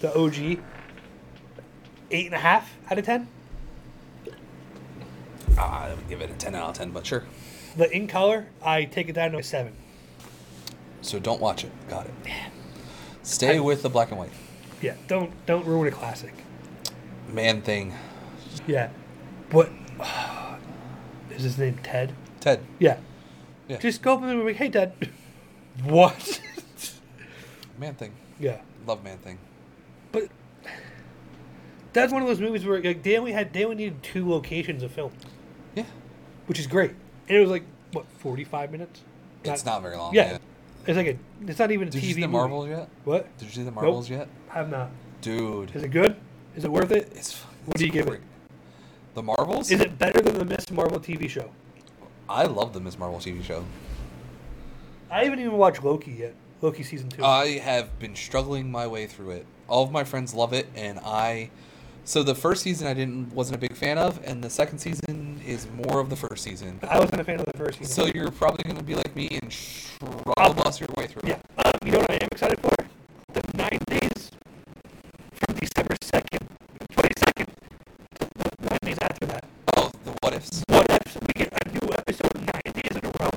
Speaker 2: the OG, eight and a half out of ten.
Speaker 1: Ah, I would give it a ten out of ten, but sure.
Speaker 2: The in color, I take it down to a seven.
Speaker 1: So don't watch it. Got it. Stay with the black and white.
Speaker 2: Yeah, don't don't ruin a classic.
Speaker 1: Man thing.
Speaker 2: Yeah, but [sighs] is his name Ted?
Speaker 1: Ted.
Speaker 2: Yeah.
Speaker 1: Yeah.
Speaker 2: Just go up and be like, "Hey, Ted, what?"
Speaker 1: Man thing.
Speaker 2: [laughs] Yeah.
Speaker 1: Love man thing.
Speaker 2: But that's one of those movies where like they only had they only needed two locations of film,
Speaker 1: Yeah.
Speaker 2: which is great. And it was like what forty five minutes.
Speaker 1: it's not very long.
Speaker 2: Yeah. It's like a. It's not even a
Speaker 1: Did
Speaker 2: TV
Speaker 1: you see the
Speaker 2: movie.
Speaker 1: Marvels yet?
Speaker 2: What?
Speaker 1: Did you see the Marvels yet?
Speaker 2: I've not. Is
Speaker 1: Dude.
Speaker 2: it good? Is it worth it?
Speaker 1: It's fucking
Speaker 2: What do you give it?
Speaker 1: The Marvels?
Speaker 2: Is it better than the Miss Marvel TV show?
Speaker 1: I love the Ms. Marvel TV show.
Speaker 2: I haven't even watched Loki yet. Loki season two.
Speaker 1: I have been struggling my way through it. All of my friends love it, and I. So the first season I didn't wasn't a big fan of, and the second season is more of the first season.
Speaker 2: I wasn't a fan of the first season.
Speaker 1: So you're probably going to be like me and struggle your way through. it.
Speaker 2: yeah. Um, you know what I am excited for? The nine days from December second, twenty second. The nine days after that.
Speaker 1: Oh, the what ifs.
Speaker 2: What if we get a new episode nine days in a row?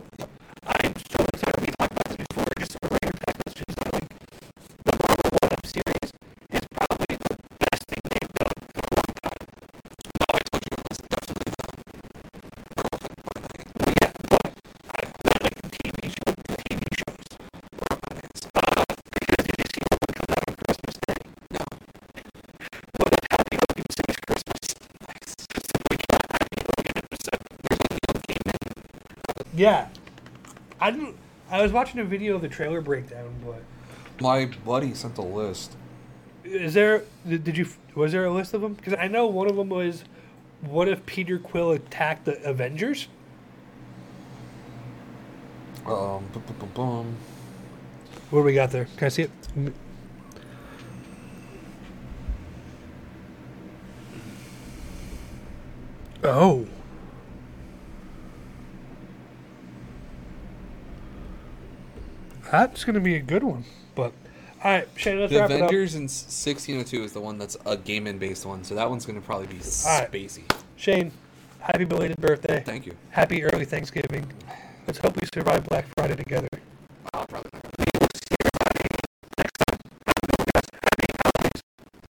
Speaker 2: I am so excited. We talked about this before. Just a regular text message. It's not like the Marvel What If series is probably the best thing they've done in a long time. No, I told you it was definitely done. Well, yeah, but I not like the TV show. The TV shows. Uh, because did you see what one comes out on Christmas Day? No. What if Happy Hogan sings Christmas? Just so we got Happy Hogan episode. There's a little game in. Yeah. I didn't. I was watching a video of the trailer breakdown, but
Speaker 1: My buddy sent a list.
Speaker 2: is there? Did you? Was there a list of them? Because I know one of them was, what if Peter Quill attacked the Avengers?
Speaker 1: Um, bum, bum, bum, bum.
Speaker 2: What do we got there? Can I see it? Oh. That's going to be a good one. But, all right, Shane, let's
Speaker 1: The
Speaker 2: wrap it
Speaker 1: Avengers in 1602 is the one that's a game in based one, so that one's going to probably be
Speaker 2: Alright.
Speaker 1: spacey.
Speaker 2: up. Shane, happy belated birthday.
Speaker 1: Thank you.
Speaker 2: Happy early Thanksgiving. Let's hope we survive Black Friday together.
Speaker 1: Oh, probably not.